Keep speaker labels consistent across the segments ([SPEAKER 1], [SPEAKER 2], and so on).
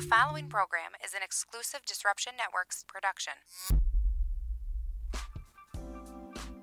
[SPEAKER 1] following program is an exclusive Disruption Networks production.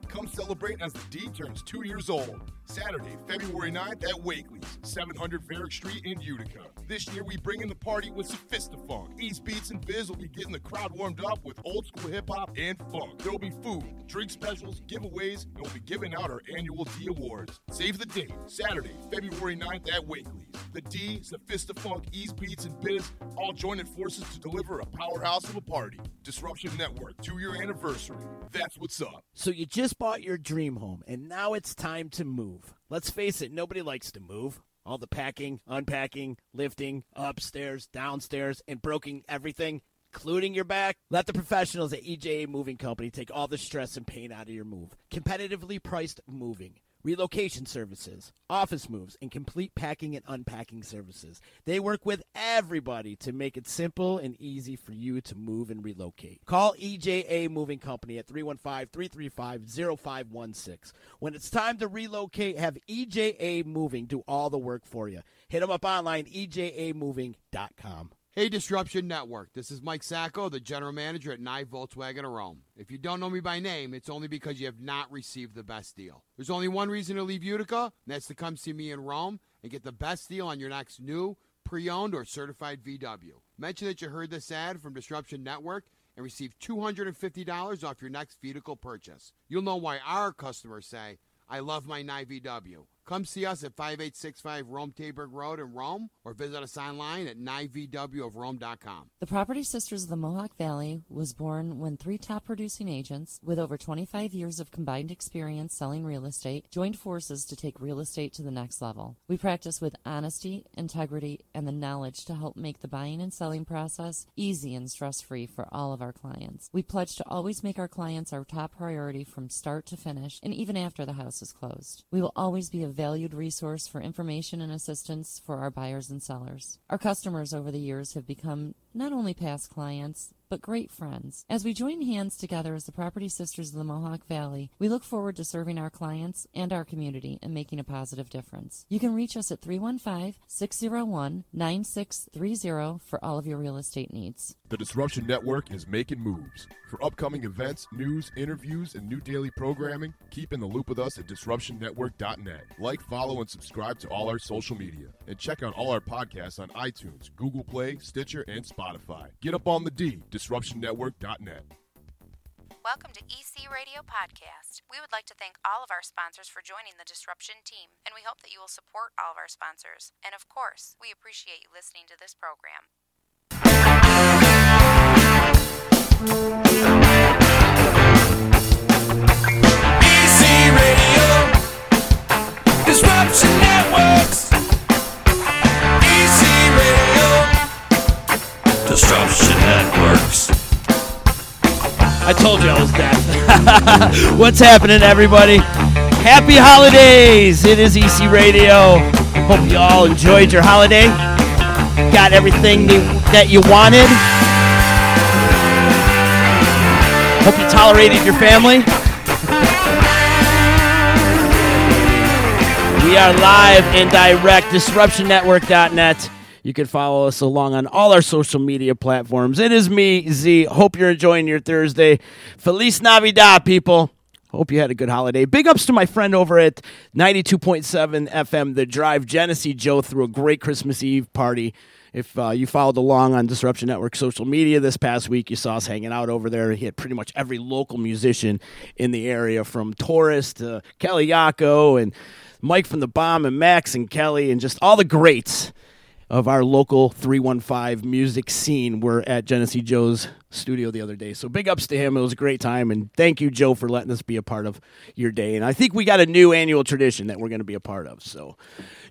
[SPEAKER 2] Come celebrate as the D turns two years old. Saturday, February 9th at Wakely's, 700 Varick Street in Utica. This year, we bring in the party with Sophistafunk. East Beats and Biz will be getting the crowd warmed up with old school hip hop and funk. There'll be food, drink specials, giveaways, and we'll be giving out our annual D Awards. Save the date, Saturday, February 9th at Wakely's. The D, Sophistafunk, East Beats, and Biz all joining forces to deliver a powerhouse of a party. Disruption Network, two year anniversary. That's what's up.
[SPEAKER 3] So you just bought your dream home, and now it's time to move. Let's face it, nobody likes to move. All the packing, unpacking, lifting, upstairs, downstairs, and broking everything, including your back. Let the professionals at EJA Moving Company take all the stress and pain out of your move. Competitively priced moving. Relocation services, office moves, and complete packing and unpacking services. They work with everybody to make it simple and easy for you to move and relocate. Call EJA Moving Company at 315 335 0516. When it's time to relocate, have EJA Moving do all the work for you. Hit them up online, E ejamoving.com.
[SPEAKER 4] Hey, Disruption Network. This is Mike Sacco, the general manager at Nye Volkswagen of Rome. If you don't know me by name, it's only because you have not received the best deal. There's only one reason to leave Utica, and that's to come see me in Rome and get the best deal on your next new, pre owned, or certified VW. Mention that you heard this ad from Disruption Network and receive $250 off your next vehicle purchase. You'll know why our customers say, I love my Nye VW. Come see us at 5865 Rome Taberg Road in Rome or visit us online at nyvwofrome.com.
[SPEAKER 5] The Property Sisters of the Mohawk Valley was born when three top producing agents with over 25 years of combined experience selling real estate joined forces to take real estate to the next level. We practice with honesty, integrity, and the knowledge to help make the buying and selling process easy and stress free for all of our clients. We pledge to always make our clients our top priority from start to finish and even after the house is closed. We will always be a valued resource for information and assistance for our buyers and sellers. Our customers over the years have become not only past clients, but great friends. As we join hands together as the Property Sisters of the Mohawk Valley, we look forward to serving our clients and our community and making a positive difference. You can reach us at 315 601 9630 for all of your real estate needs.
[SPEAKER 2] The Disruption Network is making moves. For upcoming events, news, interviews, and new daily programming, keep in the loop with us at disruptionnetwork.net. Like, follow, and subscribe to all our social media. And check out all our podcasts on iTunes, Google Play, Stitcher, and Spotify. Get up on the D, disruptionnetwork.net.
[SPEAKER 1] Welcome to EC Radio Podcast. We would like to thank all of our sponsors for joining the Disruption team, and we hope that you will support all of our sponsors. And of course, we appreciate you listening to this program.
[SPEAKER 6] EC Radio, Disruption Networks. EC Radio, Disruption Networks.
[SPEAKER 3] I told you I was deaf. What's happening, everybody? Happy holidays! It is EC Radio. Hope you all enjoyed your holiday. Got everything you- that you wanted. Hope you tolerated your family. We are live and direct, disruptionnetwork.net. You can follow us along on all our social media platforms. It is me, Z. Hope you're enjoying your Thursday. Feliz Navidad, people. Hope you had a good holiday. Big ups to my friend over at 92.7 FM, The Drive. Genesee Joe threw a great Christmas Eve party. If uh, you followed along on Disruption Network social media this past week, you saw us hanging out over there. He had pretty much every local musician in the area, from Taurus to Kelly Yako and Mike from the Bomb and Max and Kelly and just all the greats of our local 315 music scene were at Genesee Joe's studio the other day. So big ups to him. It was a great time. And thank you, Joe, for letting us be a part of your day. And I think we got a new annual tradition that we're going to be a part of. So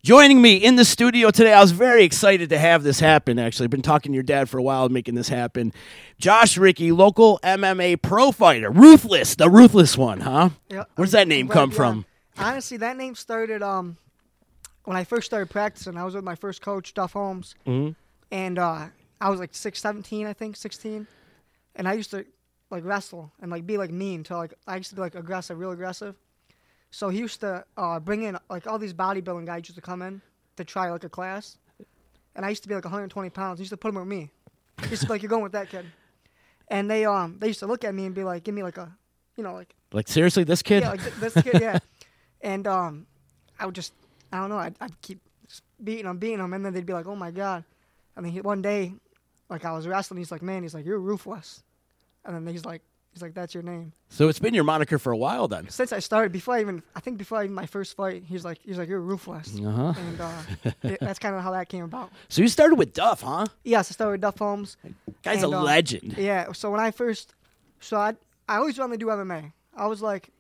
[SPEAKER 3] joining me in the studio today, I was very excited to have this happen, actually. I've been talking to your dad for a while, making this happen. Josh Ricky, local MMA pro fighter, Ruthless, the Ruthless one, huh?
[SPEAKER 7] Yeah,
[SPEAKER 3] Where's
[SPEAKER 7] I'm
[SPEAKER 3] that name
[SPEAKER 7] glad-
[SPEAKER 3] come
[SPEAKER 7] yeah.
[SPEAKER 3] from?
[SPEAKER 7] Honestly, that name started um when I first started practicing. I was with my first coach, Duff Holmes,
[SPEAKER 3] Mm-hmm.
[SPEAKER 7] and uh, I was like six, seventeen, I think, sixteen, and I used to like wrestle and like be like mean to like I used to be like aggressive, real aggressive. So he used to uh, bring in like all these bodybuilding guys used to come in to try like a class, and I used to be like 120 pounds. They used to put him with me. They used to be like, "You're going with that kid," and they um they used to look at me and be like, "Give me like a, you know, like
[SPEAKER 3] Like seriously, this kid.
[SPEAKER 7] yeah, like th- this kid, yeah." And um, I would just I don't know. I'd, I'd keep just beating him, beating him, and then they'd be like, "Oh my god!" And then he, one day, like I was wrestling, he's like, "Man," he's like, "You're ruthless," and then he's like, "He's like, that's your name."
[SPEAKER 3] so it's been your moniker for a while then.
[SPEAKER 7] since I started, before I even, I think before I even my first fight, he's like, he's like, you're ruthless,
[SPEAKER 3] Uh-huh.
[SPEAKER 7] and uh, it- that's kind of how that came about.
[SPEAKER 3] So you started with Duff, huh?
[SPEAKER 7] Yes, I started with Duff Holmes.
[SPEAKER 3] Guy's
[SPEAKER 7] and,
[SPEAKER 3] a
[SPEAKER 7] uh,
[SPEAKER 3] legend.
[SPEAKER 7] Yeah. So when I first, so I, I always wanted to do MMA. I was like,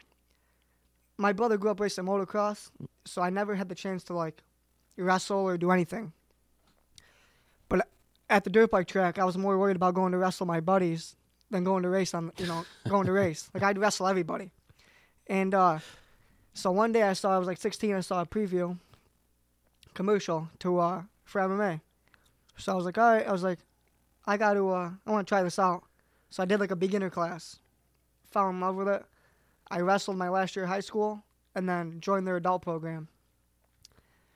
[SPEAKER 7] my brother grew up racing motocross, so I never had the chance to like wrestle or do anything. But at the dirt bike track, I was more worried about going to wrestle my buddies than going to race on, you know, going to race. Like I'd wrestle everybody. And uh, so one day I saw, I was like 16, I saw a preview commercial to uh, for MMA. So I was like, all right, I was like, I got to, uh, I want to try this out. So I did like a beginner class, fell in love with it. I wrestled my last year of high school and then joined their adult program.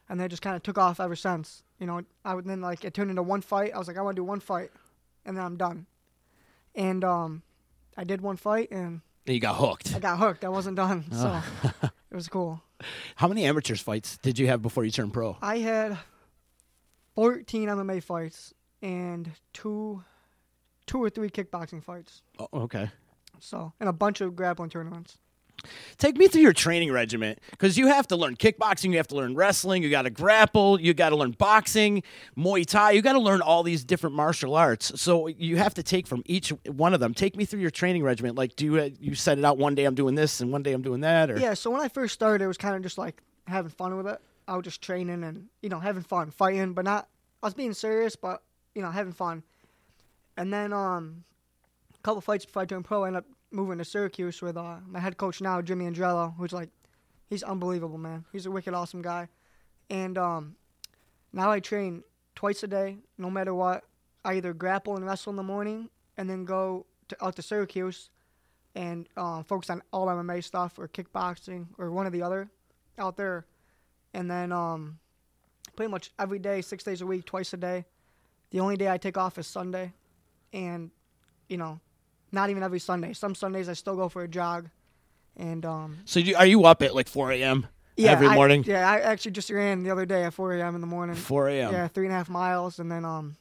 [SPEAKER 7] And they just kind of took off ever since. You know, I would then like, it turned into one fight. I was like, I want to do one fight and then I'm done. And um, I did one fight and
[SPEAKER 3] And you got hooked.
[SPEAKER 7] I got hooked. I wasn't done. So it was cool.
[SPEAKER 3] How many amateurs fights did you have before you turned pro?
[SPEAKER 7] I had 14 MMA fights and two, two or three kickboxing fights.
[SPEAKER 3] Oh, okay.
[SPEAKER 7] So and a bunch of grappling tournaments.
[SPEAKER 3] Take me through your training regiment because you have to learn kickboxing, you have to learn wrestling, you got to grapple, you got to learn boxing, Muay Thai, you got to learn all these different martial arts. So you have to take from each one of them. Take me through your training regiment. Like, do you, uh, you set it out one day I'm doing this and one day I'm doing that? Or
[SPEAKER 7] Yeah. So when I first started, it was kind of just like having fun with it. I was just training and you know having fun, fighting, but not. I was being serious, but you know having fun. And then um, a couple fights before I turned pro, I ended up moving to Syracuse with uh, my head coach now, Jimmy Andrello, who's like, he's unbelievable, man. He's a wicked awesome guy. And um, now I train twice a day, no matter what. I either grapple and wrestle in the morning, and then go to, out to Syracuse and um, focus on all MMA stuff or kickboxing or one or the other out there. And then um, pretty much every day, six days a week, twice a day. The only day I take off is Sunday. And, you know, not even every Sunday. Some Sundays I still go for a jog. And um,
[SPEAKER 3] so you, are you up at like 4 a.m.
[SPEAKER 7] yeah,
[SPEAKER 3] every
[SPEAKER 7] I-
[SPEAKER 3] morning?
[SPEAKER 7] Yeah, I actually just ran the other day at 4 a.m. in the morning.
[SPEAKER 3] 4 a.m.
[SPEAKER 7] Yeah, three and a half miles, and then um,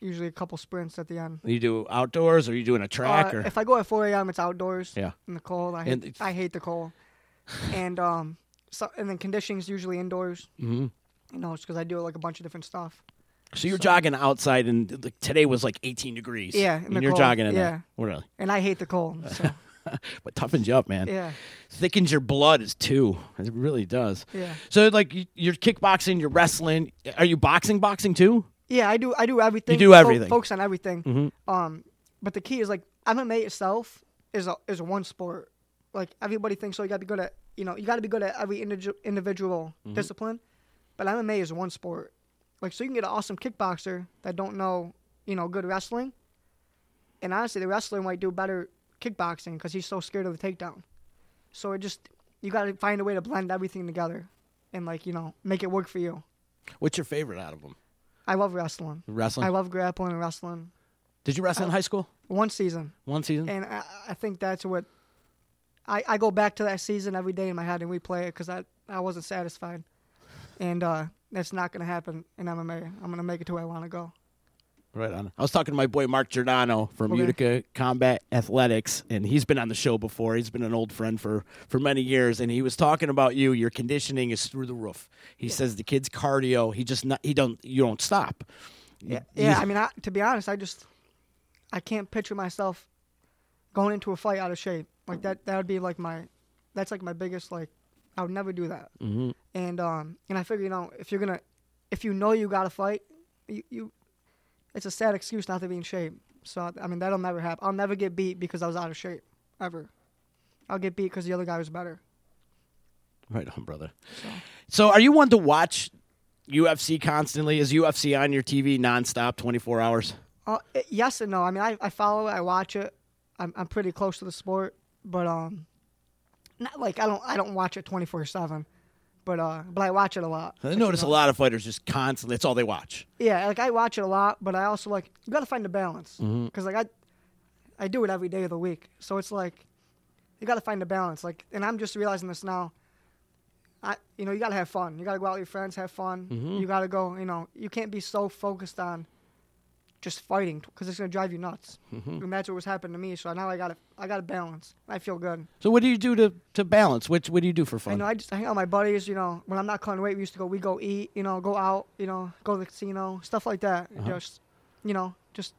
[SPEAKER 7] usually a couple sprints at the end.
[SPEAKER 3] You do outdoors or you doing a track?
[SPEAKER 7] Uh,
[SPEAKER 3] or
[SPEAKER 7] if I go at 4 a.m., it's outdoors.
[SPEAKER 3] Yeah.
[SPEAKER 7] In the cold, I
[SPEAKER 3] And
[SPEAKER 7] hate,
[SPEAKER 3] it's-
[SPEAKER 7] I hate the cold. and um, so and then conditioning's usually indoors. Mm-hmm. You know, it's because I do like a bunch of different stuff.
[SPEAKER 3] So you're jogging outside, and like, today was like 18 degrees.
[SPEAKER 7] Yeah, in
[SPEAKER 3] and
[SPEAKER 7] the
[SPEAKER 3] you're
[SPEAKER 7] cold.
[SPEAKER 3] jogging in
[SPEAKER 7] Yeah.
[SPEAKER 3] there. Really,
[SPEAKER 7] And I hate the cold. So
[SPEAKER 3] but toughens you up, man.
[SPEAKER 7] yeah,
[SPEAKER 3] thickens your blood is too. It really does.
[SPEAKER 7] Yeah.
[SPEAKER 3] So like y- you're kickboxing, you're wrestling. Are you boxing? Boxing too?
[SPEAKER 7] yeah, I do. I do everything.
[SPEAKER 3] do
[SPEAKER 7] Fo-
[SPEAKER 3] everything. Mm-hmm.
[SPEAKER 7] focus on everything. Um, but the key is like MMA itself is a is one sport. Like everybody thinks, so you got to be good at you know you got to be good at every individu- individual
[SPEAKER 3] Mm-hmm.
[SPEAKER 7] discipline. But MMA is one sport. Like so you can get an awesome kickboxer that don't know you know good wrestling. And honestly, the wrestler might do better kickboxing because he's so scared of the takedown. So it just you got to find a way to blend everything together, and like you know make it work for you.
[SPEAKER 3] What's your favorite out of them?
[SPEAKER 7] I love wrestling.
[SPEAKER 3] Wrestling.
[SPEAKER 7] I love grappling and wrestling.
[SPEAKER 3] Did you wrestle
[SPEAKER 7] Uh,
[SPEAKER 3] in high school?
[SPEAKER 7] One season,
[SPEAKER 3] One season.
[SPEAKER 7] and I, I think that's what I, I go back to that season every day in my head and replay it because I I wasn't satisfied, and uh, that's not gonna happen in MMA. I'm gonna make it to where I want to go.
[SPEAKER 3] Right on. I was talking to my boy Mark Giordano from
[SPEAKER 7] Okay.
[SPEAKER 3] Utica Combat Athletics, and he's been on the show before. He's been an old friend for for many years, and he was talking about you. Your conditioning is through the roof. He says the kid's cardio. He just not, he don't you don't stop.
[SPEAKER 7] Yeah, yeah. I mean, I, to be honest, I just I can't picture myself going into a fight out of shape like that. That would be like my that's like my biggest like I would never do that. Mm-hmm. And um and I figure you know if you're gonna if you know you got to fight, you, you it's a sad excuse not to be in shape. So I mean that'll never happen. I'll never get beat because I was out of shape ever. I'll get beat because the other guy was better.
[SPEAKER 3] Right on, brother. So, are you one to watch UFC constantly? Is UFC on your TV nonstop, twenty four hours?
[SPEAKER 7] Uh, i- yes and no. I mean, I, I follow it. I watch it. I'm, I'm pretty close to the sport, but um, not like I don't I don't watch it 24 seven. but uh, but I watch it a lot.
[SPEAKER 3] I notice a lot of fighters just constantly. That's all they watch.
[SPEAKER 7] Yeah, like I watch it a lot, but I also like you got to find the balance because like I, I do it every day of the week, so it's like, you got to find the balance. Like, and I'm just realizing this now. I, you know, you got to have fun. You got to go out with your friends, have fun. You got to go. You know, you can't be so focused on just fighting because it's gonna drive you nuts. And that's what was happening to me. So now I got to, I got to balance. I feel good.
[SPEAKER 3] So what do you do to, to balance? Which what do you do for fun?
[SPEAKER 7] I know. I just I hang out with my buddies. You know, when I'm not cutting weight, we used to go. We go eat. You know, go out. You know, go to the casino, stuff like that.
[SPEAKER 3] Uh-huh.
[SPEAKER 7] Just, you know, just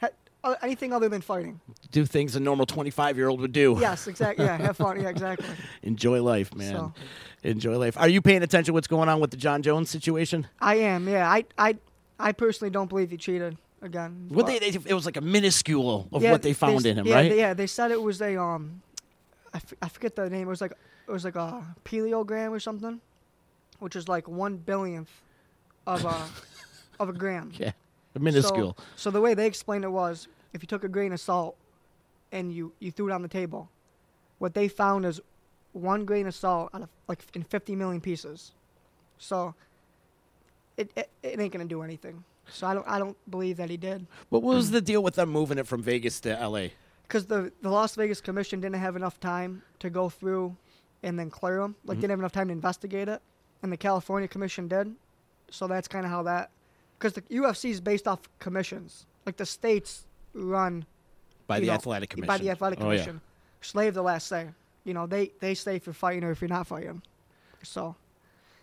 [SPEAKER 7] ha- o- anything other than fighting.
[SPEAKER 3] do things a normal twenty five year old would do.
[SPEAKER 7] Yes, exactly. Yeah, have fun. Yeah, exactly.
[SPEAKER 3] Enjoy life, man.
[SPEAKER 7] So-
[SPEAKER 3] Enjoy life. Are you paying attention to what's going on with the John Jones situation?
[SPEAKER 7] I am. Yeah. I I I personally don't believe he cheated again.
[SPEAKER 3] What they,
[SPEAKER 7] but-
[SPEAKER 3] they it was like a minuscule of
[SPEAKER 7] Yeah,
[SPEAKER 3] what they found in him,
[SPEAKER 7] yeah,
[SPEAKER 3] right?
[SPEAKER 7] they- yeah. They said it was a um, I, f- I forget the name. It was like it was like a paleogram or something, which is like one billionth of a of a gram.
[SPEAKER 3] yeah. A minuscule.
[SPEAKER 7] So, so the way they explained it was, if you took a grain of salt and you you threw it on the table, what they found is one grain of salt out of like in 50 million pieces. So it it, it ain't gonna do anything. So I don't I don't believe that he did,
[SPEAKER 3] What was the deal with them moving it from Vegas to LA?
[SPEAKER 7] because the the Las Vegas Commission didn't have enough time to go through and then clear them.
[SPEAKER 3] Mm-hmm.
[SPEAKER 7] Like didn't have enough time to investigate it, and the California Commission did. So that's kind of how that, because the UFC is based off commissions. Like the states run
[SPEAKER 3] By
[SPEAKER 7] you
[SPEAKER 3] the
[SPEAKER 7] know,
[SPEAKER 3] athletic commission.
[SPEAKER 7] By the athletic
[SPEAKER 3] Oh, yeah.
[SPEAKER 7] commission. So they have the last say. You know, they they say if you're fighting or if you're not fighting. So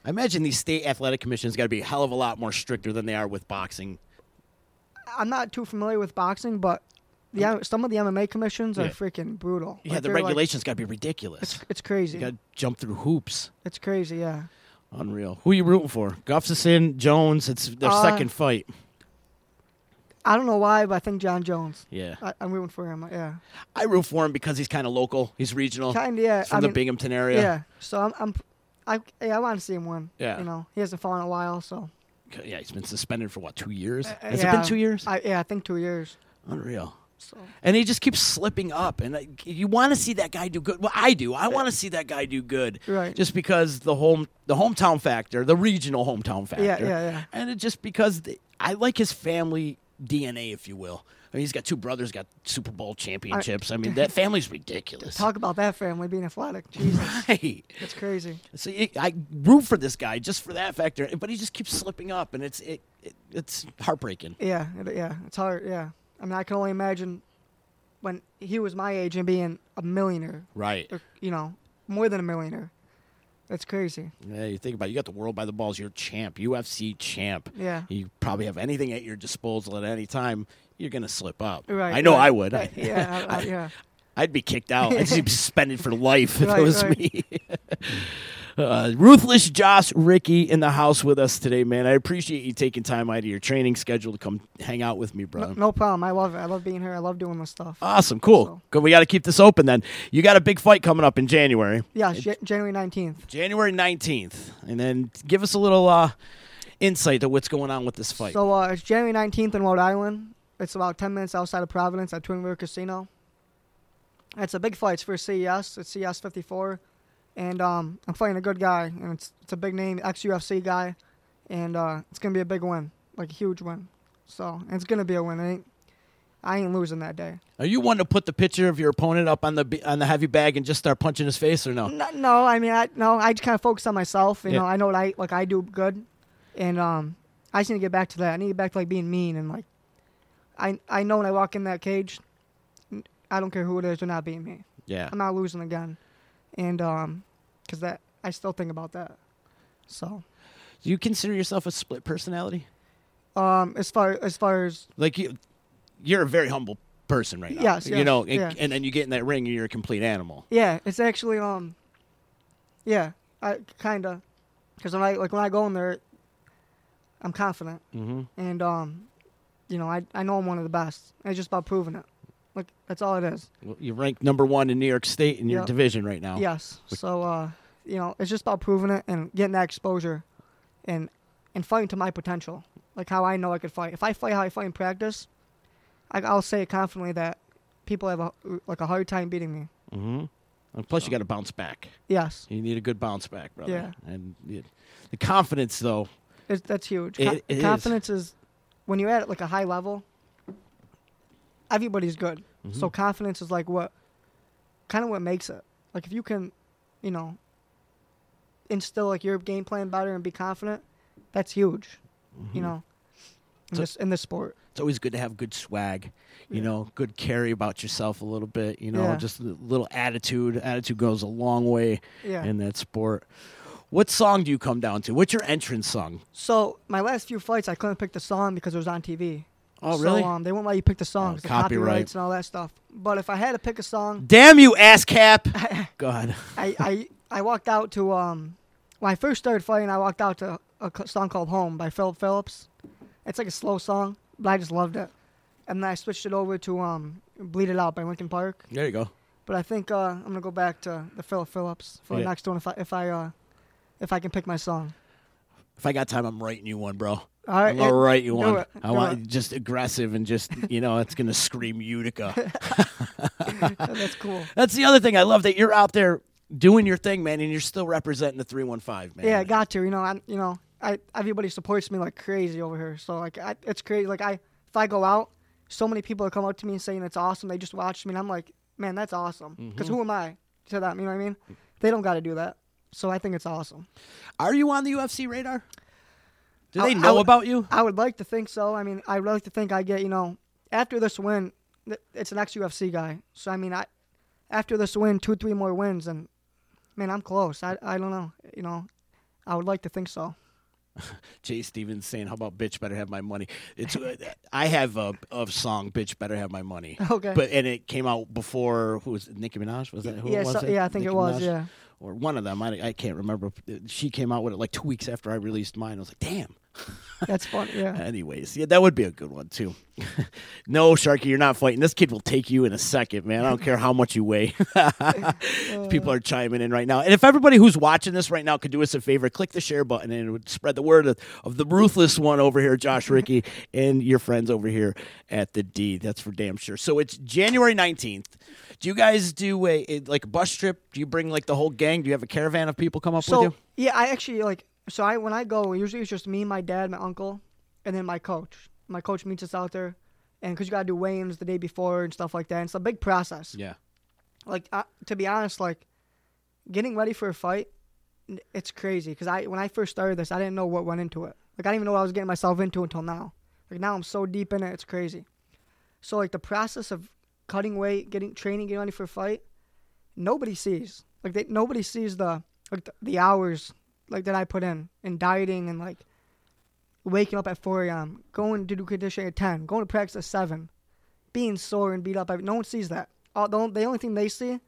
[SPEAKER 3] I imagine these state athletic commissions got to be a hell of a lot more stricter than they are with boxing.
[SPEAKER 7] I'm not too familiar with boxing, but the some of the MMA commissions are
[SPEAKER 3] Mm. Yeah.
[SPEAKER 7] freaking brutal.
[SPEAKER 3] Yeah,
[SPEAKER 7] Like,
[SPEAKER 3] the
[SPEAKER 7] they're like-
[SPEAKER 3] regulations got to be ridiculous.
[SPEAKER 7] it's, it's crazy.
[SPEAKER 3] You got to jump through hoops.
[SPEAKER 7] It's crazy. Yeah.
[SPEAKER 3] Unreal. Who you rooting for? Gustafson, Jones. It's their
[SPEAKER 7] Uh,
[SPEAKER 3] second fight.
[SPEAKER 7] I don't know why, but I think John Jones.
[SPEAKER 3] Yeah.
[SPEAKER 7] I, I'm rooting for him. Yeah.
[SPEAKER 3] I root for him because he's kind of local. He's regional.
[SPEAKER 7] Kinda, yeah.
[SPEAKER 3] He's from
[SPEAKER 7] I
[SPEAKER 3] the
[SPEAKER 7] mean-
[SPEAKER 3] Binghamton area.
[SPEAKER 7] Yeah. So I'm. I'm I, yeah, I want to see him win.
[SPEAKER 3] Yeah.
[SPEAKER 7] You know, he hasn't fought in a while, so.
[SPEAKER 3] C- Yeah, he's been suspended for what, two years?
[SPEAKER 7] Uh,
[SPEAKER 3] Has it
[SPEAKER 7] yeah.
[SPEAKER 3] been two years?
[SPEAKER 7] I, yeah, I think two years.
[SPEAKER 3] Unreal.
[SPEAKER 7] So.
[SPEAKER 3] And he just keeps slipping up, and like, you want to see that guy do good. Well, I do. I want to see that guy do good,
[SPEAKER 7] Right.
[SPEAKER 3] Just because the home, the hometown factor, the regional hometown factor,
[SPEAKER 7] yeah, yeah.
[SPEAKER 3] And it just because the, I like his family DNA, if you will. I mean, he's got two brothers, got Super Bowl championships. I, mean, that family's ridiculous.
[SPEAKER 7] Talk about that family being athletic. Jesus.
[SPEAKER 3] Right.
[SPEAKER 7] That's crazy.
[SPEAKER 3] So you- I root for this guy just for that factor, but he just keeps slipping up, and it's it, it it's heartbreaking.
[SPEAKER 7] Yeah, it- yeah, it's hard. Yeah, I mean, I can only imagine when he was my age and being a millionaire,
[SPEAKER 3] Right.
[SPEAKER 7] or, you know, more than a millionaire. That's crazy.
[SPEAKER 3] Yeah, you think about it, you got the world by the balls. You're champ, UFC champ.
[SPEAKER 7] Yeah.
[SPEAKER 3] You probably have anything at your disposal at any time. You're gonna slip up.
[SPEAKER 7] Right.
[SPEAKER 3] I know
[SPEAKER 7] right,
[SPEAKER 3] I would.
[SPEAKER 7] right,
[SPEAKER 3] I,
[SPEAKER 7] yeah, I- I- yeah.
[SPEAKER 3] I'd be kicked out. I'd be suspended for life if
[SPEAKER 7] Right,
[SPEAKER 3] it was
[SPEAKER 7] right.
[SPEAKER 3] me. uh, Ruthless Josh Ricky in the house with us today, man. I appreciate you taking time out of your training schedule to come hang out with me, brother.
[SPEAKER 7] No, no problem. I love it. I love being here. I love doing this stuff.
[SPEAKER 3] Awesome, cool.
[SPEAKER 7] So-
[SPEAKER 3] Good. We got to keep this open then. You got a big fight coming up in January,
[SPEAKER 7] yeah, Ja- January nineteenth.
[SPEAKER 3] January nineteenth, and then give us a little uh, insight to what's going on with this fight.
[SPEAKER 7] So uh, it's January nineteenth in Rhode Island. It's about ten minutes outside of Providence at Twin River Casino. It's a big fight. It's for CES. It's CES fifty four, and um, I'm fighting a good guy, and it's it's a big name ex UFC guy, and uh, it's gonna be a big win, like a huge win. So and it's gonna be a win. I ain't, I ain't losing that day.
[SPEAKER 3] Are you one to put the picture of your opponent up on the b- on the heavy bag and just start punching his face, or no?
[SPEAKER 7] No, no I mean, I no, I just kind of focus on myself. You
[SPEAKER 3] Yeah.
[SPEAKER 7] know, I know what I like. I do good, and um, I just need to get back to that. I need to get back to like being mean and like, I I know when I walk in that cage, n- I don't care who it is, they're not beating me.
[SPEAKER 3] Yeah.
[SPEAKER 7] I'm not losing again, and um, cause that I still think about that. So,
[SPEAKER 3] Do you consider yourself a split personality?
[SPEAKER 7] um, as far as far as
[SPEAKER 3] Like you, you're a very humble person right now.
[SPEAKER 7] Yes,
[SPEAKER 3] You
[SPEAKER 7] yes,
[SPEAKER 3] know, and,
[SPEAKER 7] yeah.
[SPEAKER 3] and then you get in that ring and you're a complete animal.
[SPEAKER 7] Yeah, it's actually um, yeah, I kinda, cause when I like when I go in there, I'm confident, mm-hmm. and um, you know I I know I'm one of the best. It's just about proving it. Like that's all it is.
[SPEAKER 3] Well, You rank number one in New York State in your
[SPEAKER 7] Yep.
[SPEAKER 3] division right now.
[SPEAKER 7] Yes. So uh, you know it's just about proving it and getting that exposure, and and fighting to my potential. Like how I know I could fight. If I fight how I fight in practice, I, I'll say it confidently that people have a, like a hard time beating me.
[SPEAKER 3] And plus, you got to bounce back.
[SPEAKER 7] Yes,
[SPEAKER 3] You need a good bounce back, brother.
[SPEAKER 7] Yeah.
[SPEAKER 3] And you- the confidence, though.
[SPEAKER 7] it's, that's huge. Co-
[SPEAKER 3] It- it is.
[SPEAKER 7] confidence is. when you're at like a high level. Everybody's good,
[SPEAKER 3] Mm-hmm.
[SPEAKER 7] so confidence is like what, kind of what makes it. Like if you can, you know, instill like your game plan better and be confident, that's huge. You know, in
[SPEAKER 3] Mm-hmm. So-
[SPEAKER 7] this in this sport.
[SPEAKER 3] it's always good to have good swag, you know, good carry about yourself a little bit, you know,
[SPEAKER 7] Yeah.
[SPEAKER 3] just a little attitude. Attitude goes a long way
[SPEAKER 7] Yeah.
[SPEAKER 3] in that sport. What song do you come down to? What's your entrance song?
[SPEAKER 7] So my last few fights, I couldn't pick the song because it was on TV.
[SPEAKER 3] Oh,
[SPEAKER 7] so,
[SPEAKER 3] really? Oh,
[SPEAKER 7] Um, they won't let you pick the songs, the
[SPEAKER 3] copyright.
[SPEAKER 7] copyrights and all that stuff. But if I had to pick a song,
[SPEAKER 3] Damn you, ass cap! God,
[SPEAKER 7] I, I, I walked out to um, when I first started fighting, I walked out to a c- song called "Home" by Philip Phillips. It's like a slow song, but I just loved it. And then I switched it over to um, "Bleed It Out" by Linkin Park.
[SPEAKER 3] there you go.
[SPEAKER 7] But I think uh, I'm gonna go back to the Philip Phillips for
[SPEAKER 3] Yeah.
[SPEAKER 7] the next one if I if I uh, if I can pick my song.
[SPEAKER 3] If I got time, I'm writing you one, bro.
[SPEAKER 7] All right,
[SPEAKER 3] I'm gonna
[SPEAKER 7] it-
[SPEAKER 3] write you
[SPEAKER 7] do
[SPEAKER 3] one.
[SPEAKER 7] it,
[SPEAKER 3] I
[SPEAKER 7] do
[SPEAKER 3] want
[SPEAKER 7] it.
[SPEAKER 3] just aggressive and just you know, it's gonna scream Utica.
[SPEAKER 7] That's cool.
[SPEAKER 3] That's the other thing I love that you're out there doing your thing, man, and you're still representing the three one five, man.
[SPEAKER 7] Yeah, I got to. You know, I you know, I everybody supports me like crazy over here. So like, I, it's crazy. Like I, if I go out, so many people come up to me and saying it's awesome. They just watched me, and I'm like, man, that's awesome. Because who am I to them? You know what I mean? They don't got to do that. So I think it's awesome.
[SPEAKER 3] Are you on the UFC radar? Do
[SPEAKER 7] I-
[SPEAKER 3] they
[SPEAKER 7] I
[SPEAKER 3] know
[SPEAKER 7] would-
[SPEAKER 3] about you?
[SPEAKER 7] I would like to think so. I mean, I'd like to think I get you know after this win, th- it's an ex UFC guy. So I mean, I after this win, two three more wins, and man, I'm close. I I don't know. You know, I would like to think so.
[SPEAKER 3] Jay Stevens saying, "How about bitch better have my money?" It's uh, I have a, a song, "Bitch better have my money."
[SPEAKER 7] Okay.
[SPEAKER 3] but and it came out before who was it, Nicki Minaj? Was that who
[SPEAKER 7] Yeah,
[SPEAKER 3] it was?
[SPEAKER 7] so- yeah, I think it
[SPEAKER 3] Nicki
[SPEAKER 7] was,
[SPEAKER 3] Minaj?
[SPEAKER 7] yeah.
[SPEAKER 3] or one of them. I, I can't remember. She came out with it like two weeks after I released mine. I was like, "Damn."
[SPEAKER 7] That's fun. Yeah.
[SPEAKER 3] Anyways, yeah, that would be a good one too. no, Sharky, you're not fighting. This kid will take you in a second, man. I don't care how much you weigh. People are chiming in right now. And if everybody who's watching this right now could do us a favor, click the share button and it would spread the word of, of the ruthless one over here, Josh Ricky, and your friends over here at the D. That's for damn sure. So it's January 19th. Do you guys do a, a like a bus trip? Do you bring like the whole gang? Do you have a caravan of people come up
[SPEAKER 7] So
[SPEAKER 3] with you?
[SPEAKER 7] yeah, I actually like so I when I go usually it's just me, my dad, my uncle, and then my coach. My coach meets us out there, and because you gotta do weigh-ins the day before and stuff like that. It's a big process.
[SPEAKER 3] Yeah.
[SPEAKER 7] Like I, to be honest, like getting ready for a fight, n- it's crazy. Because I when I first started this, I didn't know what went into it. Like I didn't even know what I was getting myself into until now. Like now I'm so deep in it, it's crazy. So like the process of cutting weight, getting training, getting ready for a fight, nobody sees. Like they, nobody sees the like the, the hours like that I put in and dieting and like waking up at 4 a.m., going to do conditioning at 10, going to practice at 7, being sore and beat up. No one sees that. All, the, only, the only thing they see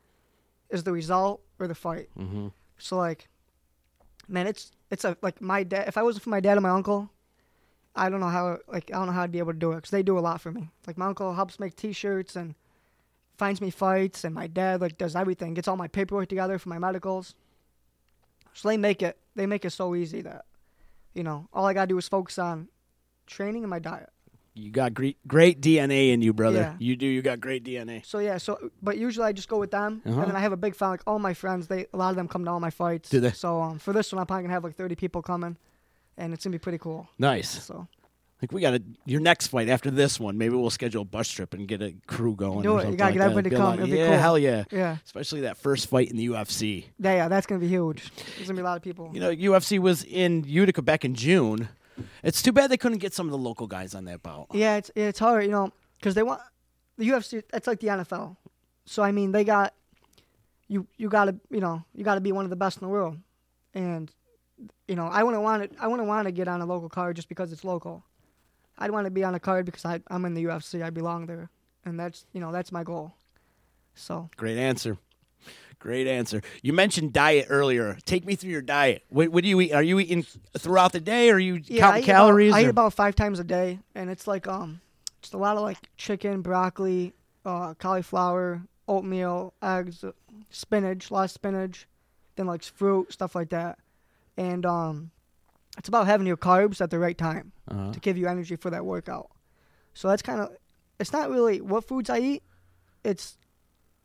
[SPEAKER 7] is the result or the fight. Mm-hmm. So like, man, it's it's a like my dad. If I wasn't for my dad and my uncle, I don't know how like I don't know how I'd be able to do it because they do a lot for me. Like my uncle helps make T-shirts and finds me fights, and my dad like does everything, gets all my paperwork together for my medicals. So they make it they make it so easy that, you know, all I gotta do is focus on training and my diet.
[SPEAKER 3] You got great, great DNA in you, brother.
[SPEAKER 7] Yeah.
[SPEAKER 3] You do. You got great DNA.
[SPEAKER 7] So yeah, so but usually I just go with them, and then I have a big fan. Like all my friends, they a lot of them come to all my fights.
[SPEAKER 3] Uh-huh. Do they?
[SPEAKER 7] So um, for this one, I'm probably gonna have like 30 people coming, and it's gonna be pretty cool.
[SPEAKER 3] Nice.
[SPEAKER 7] So
[SPEAKER 3] Like we got to your next fight after this one. Maybe we'll schedule a bus trip and get a crew going.
[SPEAKER 7] Do
[SPEAKER 3] or
[SPEAKER 7] it.
[SPEAKER 3] something
[SPEAKER 7] You gotta
[SPEAKER 3] like
[SPEAKER 7] get
[SPEAKER 3] that.
[SPEAKER 7] everybody
[SPEAKER 3] Be
[SPEAKER 7] to come.
[SPEAKER 3] like,
[SPEAKER 7] It'd be
[SPEAKER 3] yeah,
[SPEAKER 7] cool.
[SPEAKER 3] hell yeah,
[SPEAKER 7] Yeah.
[SPEAKER 3] Especially that first fight in the UFC.
[SPEAKER 7] yeah, yeah, that's gonna be huge. There's gonna be a lot of people.
[SPEAKER 3] You know, UFC was in Utica back in June. It's too bad they couldn't get some of the local guys on that bout.
[SPEAKER 7] Yeah, it's it's hard, you know, because they want the UFC. It's like the NFL. So I mean, they got you. You gotta, you know, you gotta be one of the best in the world, and you know, I wouldn't want it. I wouldn't want to get on a local card just because it's local. I'd want to be on a card because I, I'm in the UFC. I belong there, and that's you know that's my goal. So
[SPEAKER 3] Great answer. Great answer. You mentioned diet earlier. Take me through your diet. What, what do you eat? Are you eating throughout the day? Or are you
[SPEAKER 7] I
[SPEAKER 3] counting
[SPEAKER 7] eat
[SPEAKER 3] calories?
[SPEAKER 7] About, I eat
[SPEAKER 3] or-
[SPEAKER 7] about five times a day, and it's like um, just a lot of like chicken, broccoli, uh, cauliflower, oatmeal, eggs, spinach, a lot of spinach, then like fruit stuff like that, and um, it's about having your carbs at the right time
[SPEAKER 3] Uh-huh.
[SPEAKER 7] to give you energy for that workout. So that's kind of it's not really what foods I eat; it's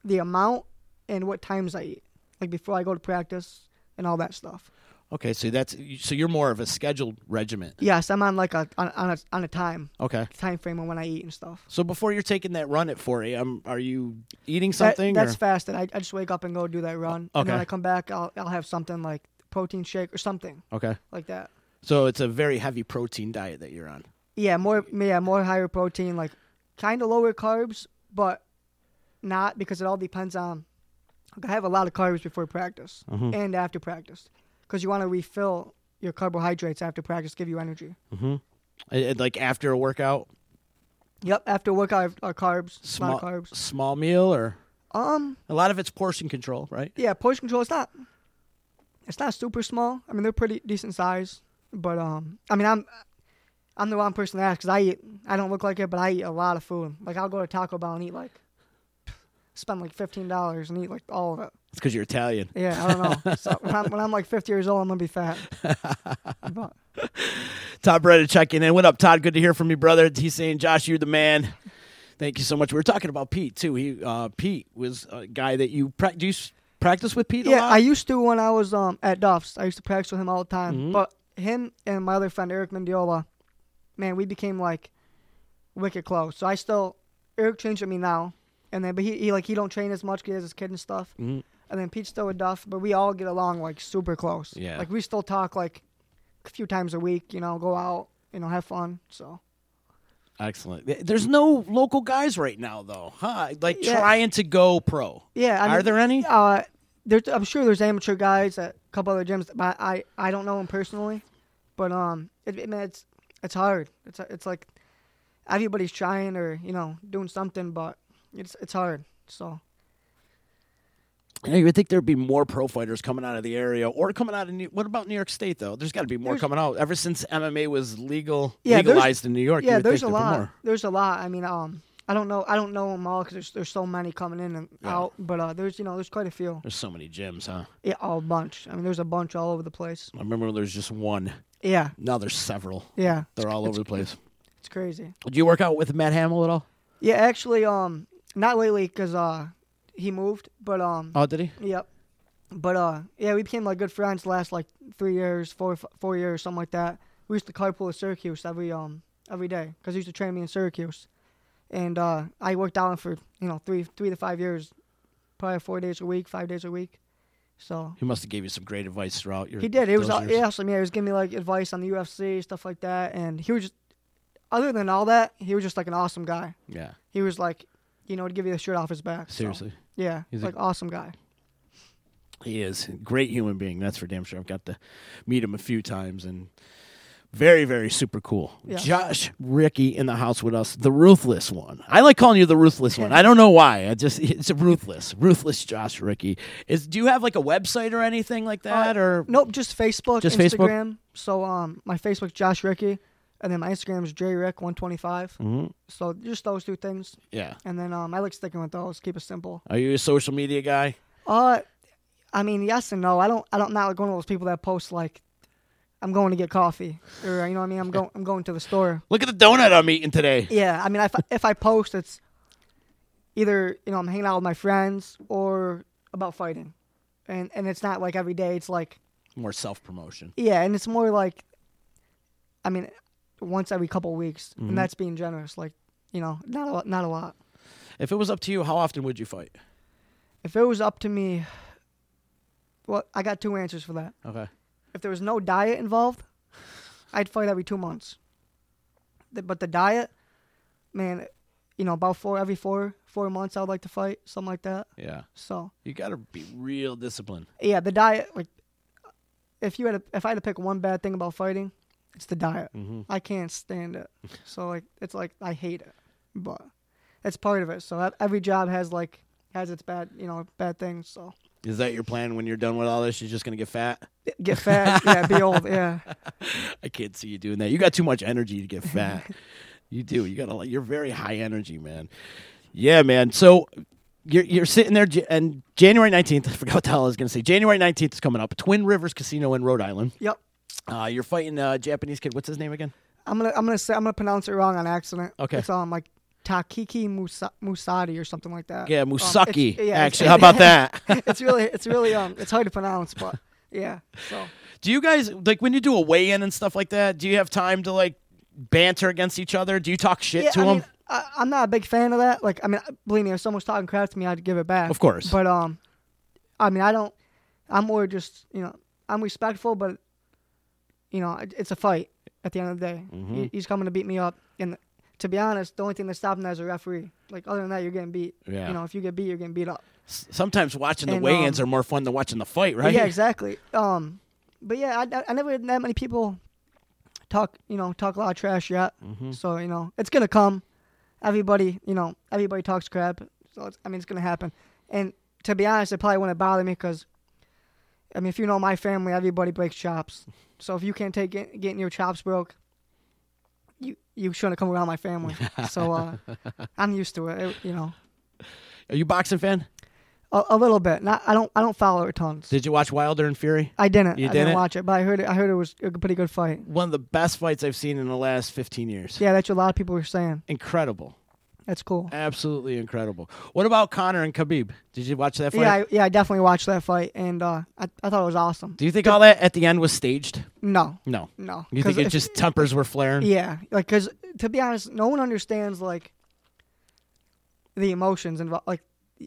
[SPEAKER 7] the amount and what times I eat, like before I go to practice and all that stuff.
[SPEAKER 3] Okay, so that's so you're more of a scheduled regiment.
[SPEAKER 7] Yes, I'm on like a on, on a on a time
[SPEAKER 3] Okay.
[SPEAKER 7] time frame on when I eat and stuff.
[SPEAKER 3] So before you're taking that run at 4 a.m., are you eating
[SPEAKER 7] That-
[SPEAKER 3] something?
[SPEAKER 7] that's
[SPEAKER 3] or-
[SPEAKER 7] fasted. I, I just wake up and go do that run, and then
[SPEAKER 3] okay.
[SPEAKER 7] when I come back, I'll I'll have something like protein shake or something
[SPEAKER 3] okay.
[SPEAKER 7] like that.
[SPEAKER 3] So it's a very heavy protein diet that you're on.
[SPEAKER 7] Yeah, more yeah, more higher protein, like kind of lower carbs, but not because it all depends on. Like I have a lot of carbs before practice
[SPEAKER 3] Mm-hmm.
[SPEAKER 7] and after practice, because you want to refill your carbohydrates after practice, give you energy.
[SPEAKER 3] I- I- like after a workout,
[SPEAKER 7] Yep, after workout, I have- uh, carbs, a
[SPEAKER 3] small
[SPEAKER 7] lot of carbs.
[SPEAKER 3] small meal or
[SPEAKER 7] Um,
[SPEAKER 3] a lot of it's portion control, right?
[SPEAKER 7] yeah, portion control. It's not, it's not super small. I mean, they're pretty decent size, but um, I mean, I'm, I'm the wrong person to ask because I eat. I don't look like it, but I eat a lot of food. Like I'll go to Taco Bell and eat like, spend like fifteen dollars and eat like all of it.
[SPEAKER 3] It's because you're Italian.
[SPEAKER 7] Yeah, I don't know. so when I'm, when I'm like fifty years old, I'm gonna be fat. But
[SPEAKER 3] Todd Breda checking in. What up, Todd? Good to hear from you, brother. He's saying, Josh, you're the man. Thank you so much. We were talking about Pete too. He uh, Pete was a guy that you pra- do you s- practice with Pete a
[SPEAKER 7] yeah,
[SPEAKER 3] lot.
[SPEAKER 7] I used to when I was um at Duff's. I used to practice with him all the time.
[SPEAKER 3] Mm-hmm.
[SPEAKER 7] But him and my other friend Eric Mendiola, man, we became like wicked close. So I still Eric trains with me now, and then but he, he like he don't train as much 'cause he has his kid and stuff.
[SPEAKER 3] Mm-hmm.
[SPEAKER 7] And then Pete's still with Duff, but we all get along like super close.
[SPEAKER 3] Yeah.
[SPEAKER 7] like we still talk like a few times a week. You know, go out, you know, have fun. So
[SPEAKER 3] Excellent. Th- There's no local guys right now though, huh? Like
[SPEAKER 7] Yeah.
[SPEAKER 3] trying to go pro.
[SPEAKER 7] yeah, I
[SPEAKER 3] Are
[SPEAKER 7] mean,
[SPEAKER 3] there any?
[SPEAKER 7] Uh, there's, I'm sure there's amateur guys at a couple other gyms, but I, I don't know them personally. But um, it, it, man, it's it's hard. It's it's like everybody's trying or you know doing something, but it's it's hard. So
[SPEAKER 3] You, know, you would think there'd be more pro fighters coming out of the area or coming out of New- what about New York State though? There's got to be more
[SPEAKER 7] There's-
[SPEAKER 3] coming out ever since MMA was legal
[SPEAKER 7] Yeah, there's-
[SPEAKER 3] legalized in New York. you
[SPEAKER 7] yeah,
[SPEAKER 3] would
[SPEAKER 7] there's a
[SPEAKER 3] think there'd be
[SPEAKER 7] lot.
[SPEAKER 3] more.
[SPEAKER 7] There's a lot. I mean, um, I don't know. I don't know them all because there's there's so many coming in and out. But uh, there's you know there's quite a few.
[SPEAKER 3] There's so many gyms, huh?
[SPEAKER 7] Yeah, a bunch. I mean, there's a bunch all over the place.
[SPEAKER 3] I remember there's just one.
[SPEAKER 7] Yeah,
[SPEAKER 3] Now there's several.
[SPEAKER 7] yeah,
[SPEAKER 3] They're all over the place.
[SPEAKER 7] it's crazy.
[SPEAKER 3] Do you work out with Matt Hamill at all?
[SPEAKER 7] Yeah, actually, um, not lately because uh, he moved, but um,
[SPEAKER 3] Oh, did he?
[SPEAKER 7] yep. But uh, yeah, we became like good friends last like three years, four four years, something like that. We used to carpool at Syracuse every um every day because he used to train me in Syracuse, and uh, I worked out for you know three three to five years, probably four days a week, five days a week. So
[SPEAKER 3] He must have gave you some great advice throughout your.
[SPEAKER 7] he did. It was
[SPEAKER 3] those
[SPEAKER 7] uh,
[SPEAKER 3] years.
[SPEAKER 7] yeah, so, yeah, he was giving me like advice on the UFC stuff like that, and he was just other than all that, he was just like an awesome guy
[SPEAKER 3] Yeah.
[SPEAKER 7] he was like, you know, to give you the shirt off his back. so,
[SPEAKER 3] Seriously,
[SPEAKER 7] yeah,
[SPEAKER 3] He's a-
[SPEAKER 7] like awesome guy.
[SPEAKER 3] he is a great human being. That's for damn sure. I've got to meet him a few times and. Very, very super cool.
[SPEAKER 7] Yeah.
[SPEAKER 3] Josh Ricky in the house with us, the ruthless one. I like calling you the ruthless one. I don't know why. I just it's a ruthless, ruthless Josh Ricky. Is do you have like a website or anything like that
[SPEAKER 7] Uh,
[SPEAKER 3] or
[SPEAKER 7] Nope, just Facebook,
[SPEAKER 3] Just Facebook?
[SPEAKER 7] Instagram. So um, my Facebook's Josh Ricky, and then my Instagram is jrick125. Mm-hmm. So just those two things,
[SPEAKER 3] Yeah.
[SPEAKER 7] and then um, I like sticking with those. Keep it simple.
[SPEAKER 3] Are you a social media guy?
[SPEAKER 7] Uh, I mean, yes and no. I don't. I don't not like one of those people that post like, I'm going to get coffee, or you know, what I mean, I'm going. I'm going to the store.
[SPEAKER 3] Look at the donut I'm eating today.
[SPEAKER 7] Yeah, I mean, if I, if I post, it's either you know I'm hanging out with my friends or about fighting, and and it's not like every day. It's like
[SPEAKER 3] More self promotion.
[SPEAKER 7] yeah, and it's more like, I mean, once every couple weeks, and that's being generous. Like you know, not a lot, not a lot.
[SPEAKER 3] If it was up to you, how often would you fight?
[SPEAKER 7] If it was up to me, well, I got two answers for that.
[SPEAKER 3] Okay.
[SPEAKER 7] If there was no diet involved, I'd fight every two months. The- But the diet, man, you know, about four every four four months, I would like to fight something like that.
[SPEAKER 3] Yeah.
[SPEAKER 7] So
[SPEAKER 3] You got to be real disciplined.
[SPEAKER 7] yeah, the diet. Like, if you had, a, if I had to pick one bad thing about fighting, it's the diet. I can't stand it. So like, it's like I hate it, but it's part of it. So ev- every job has like has its bad, you know, bad things. So
[SPEAKER 3] Is that your plan when you're done with all this? You're just going to get fat?
[SPEAKER 7] get fat, yeah, be old, yeah.
[SPEAKER 3] I can't see you doing that. You got too much energy to get fat. you do. You got to you're very high energy, man. Yeah, man. So you're you're sitting there J- and January 19th, I forgot what the hell I was going to say. January 19th is coming up. Twin Rivers Casino in Rhode Island.
[SPEAKER 7] Yep.
[SPEAKER 3] Uh, you're fighting a Japanese kid. What's his name again?
[SPEAKER 7] I'm gonna I'm gonna say I'm gonna pronounce it wrong on accident.
[SPEAKER 3] Okay.
[SPEAKER 7] It's um like Takiki Musa- Musadi or something like that.
[SPEAKER 3] Yeah,
[SPEAKER 7] Um, it's-
[SPEAKER 3] Musaki.
[SPEAKER 7] yeah, it's-
[SPEAKER 3] actually, how about that?
[SPEAKER 7] it's really it's really um it's hard to pronounce, but yeah. So
[SPEAKER 3] do you guys like when you do a weigh-in and stuff like that? Do you have time to like banter against each other? Do you talk shit
[SPEAKER 7] yeah,
[SPEAKER 3] to
[SPEAKER 7] I
[SPEAKER 3] them?
[SPEAKER 7] mean, I, I'm not a big fan of that. Like, I mean, believe me, if someone's talking crap to me, I'd give it back.
[SPEAKER 3] Of course.
[SPEAKER 7] But um, I mean, I don't. I'm more just you know I'm respectful, but you know it, it's a fight at the end of the day.
[SPEAKER 3] Mm-hmm.
[SPEAKER 7] He, he's coming to beat me up, and to be honest, the only thing that's stopping that is a referee. Like other than that, you're getting beat.
[SPEAKER 3] Yeah.
[SPEAKER 7] You know, if you get beat, you're getting beat up.
[SPEAKER 3] S- Sometimes watching the
[SPEAKER 7] And,
[SPEAKER 3] weigh-ins
[SPEAKER 7] um,
[SPEAKER 3] are more fun than watching the fight, right?
[SPEAKER 7] Yeah, exactly. Um, but yeah, I, I- I never had that many people talk, you know, talk a lot of trash yet. So you know, it's gonna come. Everybody, you know, everybody talks crap. So it's, I mean, it's gonna happen. And to be honest, it probably wouldn't bother me because, I mean, if you know my family, everybody breaks chops. So if you can't take it, getting your chops broke, you you shouldn't come around my family. so uh, I'm used to it, it. You know,
[SPEAKER 3] Are you a boxing fan?
[SPEAKER 7] a, a little bit. Not I don't I don't follow it tons.
[SPEAKER 3] Did you watch Wilder and Fury?
[SPEAKER 7] I didn't.
[SPEAKER 3] You
[SPEAKER 7] I
[SPEAKER 3] didn't?
[SPEAKER 7] didn't watch it, but I heard it. I heard it was a pretty good fight.
[SPEAKER 3] One of the best fights I've seen in the last 15 years.
[SPEAKER 7] Yeah, that's what a lot of people were saying.
[SPEAKER 3] Incredible.
[SPEAKER 7] That's cool.
[SPEAKER 3] Absolutely incredible. What about Connor and Khabib? Did you watch that fight?
[SPEAKER 7] Yeah, I, yeah, I definitely watched that fight, and uh, I, I thought it was awesome.
[SPEAKER 3] Do you think all that at the end was staged?
[SPEAKER 7] No,
[SPEAKER 3] No.
[SPEAKER 7] no.
[SPEAKER 3] You
[SPEAKER 7] Mm. 'Cause
[SPEAKER 3] think it
[SPEAKER 7] if-
[SPEAKER 3] just tempers were flaring?
[SPEAKER 7] Yeah, like because to be honest, no one understands like the emotions involved. Like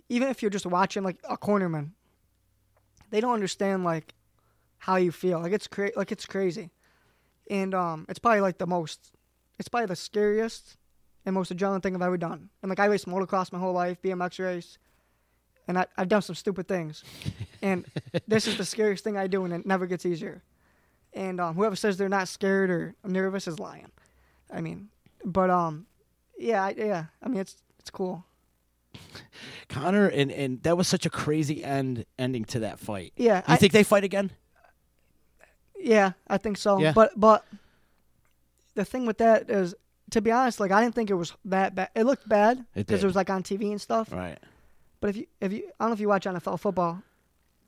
[SPEAKER 7] even if you're just watching like a cornerman, they don't understand like how you feel. Like it's cra- like it's crazy, and um, it's probably like the most, it's probably the scariest and most adrenaline thing I've ever done. And like I raced motocross my whole life, BMX race, and I, I've done some stupid things, and this is the scariest thing I do, and it never gets easier. And um, whoever says they're not scared or nervous is lying. I mean, but um, yeah, I, yeah. I mean, it's it's cool.
[SPEAKER 3] Connor and and that was such a crazy end ending to that fight.
[SPEAKER 7] Yeah,
[SPEAKER 3] You
[SPEAKER 7] I-
[SPEAKER 3] think they fight again?
[SPEAKER 7] Yeah, I think so.
[SPEAKER 3] Yeah.
[SPEAKER 7] But but the thing with that is, to be honest, like I didn't think it was that bad. It looked bad
[SPEAKER 3] It
[SPEAKER 7] because
[SPEAKER 3] did.
[SPEAKER 7] it was like on TV and stuff.
[SPEAKER 3] Right.
[SPEAKER 7] But if you if you I don't know if you watch NFL football,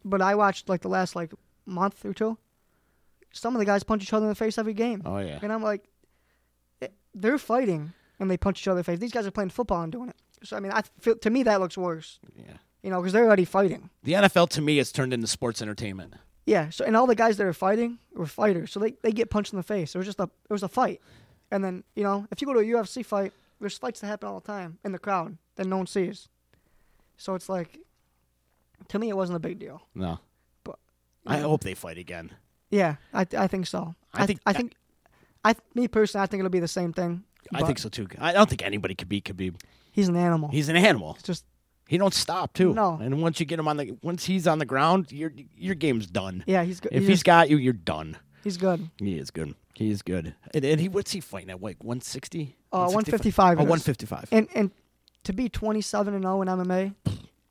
[SPEAKER 7] but I watched like the last like month or two. Some of the guys punch each other in the face every game.
[SPEAKER 3] Oh, yeah.
[SPEAKER 7] And I'm like, it- they're fighting and they punch each other in the face. These guys are playing football and doing it. So I mean, I feel to me that looks worse.
[SPEAKER 3] Yeah.
[SPEAKER 7] You know, because they're already fighting.
[SPEAKER 3] The NFL to me has turned into sports entertainment.
[SPEAKER 7] Yeah. So and all the guys that are fighting were fighters, so they, they get punched in the face. It was just a it was a fight, and then you know if you go to a UFC fight, there's fights that happen all the time in the crowd that no one sees. So it's like, to me, it wasn't a big deal.
[SPEAKER 3] No.
[SPEAKER 7] But-
[SPEAKER 3] I hope they fight again.
[SPEAKER 7] Yeah, I I think so.
[SPEAKER 3] I
[SPEAKER 7] I
[SPEAKER 3] think
[SPEAKER 7] think I
[SPEAKER 3] that-
[SPEAKER 7] think I th- me personally, I think it'll be the same thing.
[SPEAKER 3] I think so too. I don't think anybody could beat Khabib.
[SPEAKER 7] He's an animal.
[SPEAKER 3] He's an animal.
[SPEAKER 7] just
[SPEAKER 3] He don't stop too.
[SPEAKER 7] No.
[SPEAKER 3] And once you get him on the once he's on the ground, your your game's done.
[SPEAKER 7] yeah, he's good.
[SPEAKER 3] If
[SPEAKER 7] He's,
[SPEAKER 3] he's got you, you're done.
[SPEAKER 7] he's good.
[SPEAKER 3] He is good. He is good. And, and he what's he fighting at? Like 160?
[SPEAKER 7] Uh,
[SPEAKER 3] 165?
[SPEAKER 7] 155.
[SPEAKER 3] Oh,
[SPEAKER 7] it
[SPEAKER 3] 155.
[SPEAKER 7] is. And and to be 27 and 0 in MMA,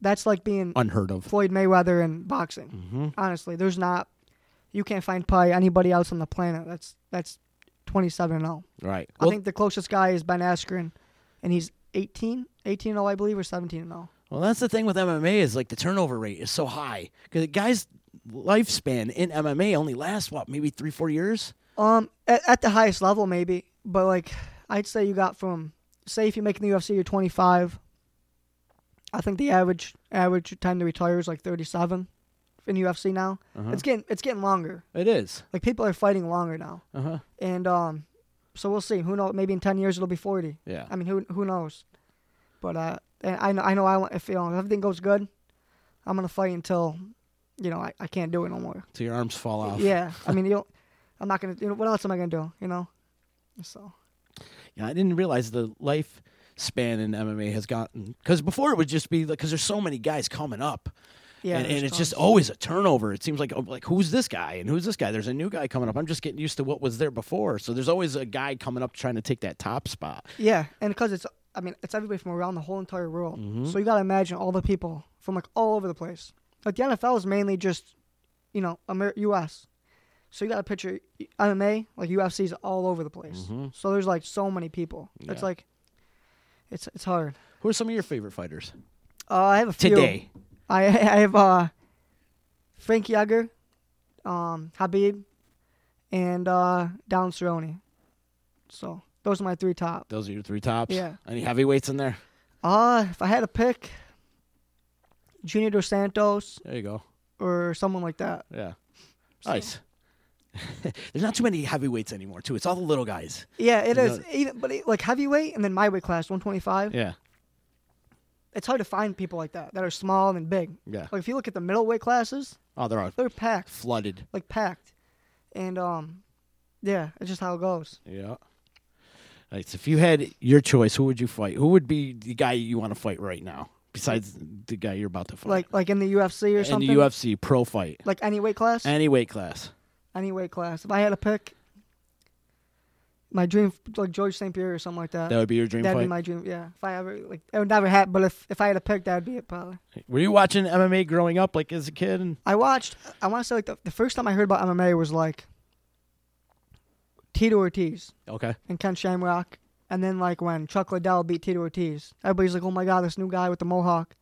[SPEAKER 7] that's like being
[SPEAKER 3] Unheard of.
[SPEAKER 7] Floyd Mayweather in boxing. Honestly, there's not. You can't find probably anybody else on the planet that's that's 27 and 0.
[SPEAKER 3] Right.
[SPEAKER 7] I think the closest guy is Ben Askren, and he's 18, 18 and 0, I believe, or 17 and oh. 0.
[SPEAKER 3] Well, that's the thing with MMA is like the turnover rate is so high because a guy's lifespan in MMA only lasts what maybe three four years.
[SPEAKER 7] Um, at, at the highest level, maybe, but like I'd say you got from say if you make it in the UFC, you're 25. I think the average average time to retire is like 37 in UFC now. It's getting it's getting longer.
[SPEAKER 3] It is.
[SPEAKER 7] Like people are fighting longer now,
[SPEAKER 3] Uh huh.
[SPEAKER 7] and um, so we'll see. Who knows? Maybe in 10 years it'll be 40.
[SPEAKER 3] Yeah.
[SPEAKER 7] I mean, who who knows? But uh, and I know I know I want if you know if everything goes good, I'm gonna fight until, you know, I, I can't do it no more.
[SPEAKER 3] So your arms fall off.
[SPEAKER 7] Yeah, I mean, you. don't- I'm not gonna. You know, what else am I gonna do? You know, so
[SPEAKER 3] Yeah, I didn't realize the life span in MMA has gotten because before it would just be because there's so many guys coming up.
[SPEAKER 7] yeah.
[SPEAKER 3] and,
[SPEAKER 7] there's
[SPEAKER 3] and it's just
[SPEAKER 7] tons.
[SPEAKER 3] always a turnover. It seems like oh, like who's this guy and who's this guy? There's a new guy coming up. I'm just getting used to what was there before. So there's always a guy coming up trying to take that top spot.
[SPEAKER 7] yeah, and because it's, I mean, it's everybody from around the whole entire world. So you gotta imagine all the people from like all over the place. Like the NFL is mainly just, you know, Amer- U.S. So you gotta picture MMA like UFC's all over the place. So there's like so many people. It's like, it's it's hard.
[SPEAKER 3] Who are some of your favorite fighters
[SPEAKER 7] Uh, I have a few.
[SPEAKER 3] today?
[SPEAKER 7] I I have uh, Frank Yeager, um, Habib, and uh, Don Cerrone. So Those are my three top.
[SPEAKER 3] Those are your three tops.
[SPEAKER 7] Yeah.
[SPEAKER 3] Any heavyweights in there?
[SPEAKER 7] Uh, if I had to pick Junior Dos Santos
[SPEAKER 3] There you go.
[SPEAKER 7] or someone like that.
[SPEAKER 3] Yeah. Nice. There's not too many heavyweights anymore, too. It's all the little guys.
[SPEAKER 7] Yeah, it is.
[SPEAKER 3] know-
[SPEAKER 7] Even, but it, like heavyweight and then my weight class, 125.
[SPEAKER 3] Yeah.
[SPEAKER 7] It's hard to find people like that that are small and big.
[SPEAKER 3] Yeah.
[SPEAKER 7] Like if you look at the middleweight classes,
[SPEAKER 3] Oh, they're all
[SPEAKER 7] they're packed,
[SPEAKER 3] flooded.
[SPEAKER 7] like packed, and um, yeah, it's just how it goes.
[SPEAKER 3] Yeah. Right, so if you had your choice, who would you fight? Who would be the guy you want to fight right now, besides the guy you're about to fight?
[SPEAKER 7] Like like in the UFC or
[SPEAKER 3] in
[SPEAKER 7] something.
[SPEAKER 3] the UFC pro fight,
[SPEAKER 7] Like any weight class.
[SPEAKER 3] any weight class.
[SPEAKER 7] any weight class. If I had to pick, my dream like George St. Pierre or something like that.
[SPEAKER 3] That would be your dream
[SPEAKER 7] that'd
[SPEAKER 3] fight.
[SPEAKER 7] be my dream. Yeah. If I ever like, it would never happen. But if if I had to pick, that'd be it probably.
[SPEAKER 3] Were you watching MMA growing up, like as a kid? And
[SPEAKER 7] I watched. I want to say like the, the first time I heard about MMA was like Tito Ortiz
[SPEAKER 3] okay,
[SPEAKER 7] and Ken Shamrock, and then like when Chuck Liddell beat Tito Ortiz, everybody's like, "Oh my God, this new guy with the mohawk,"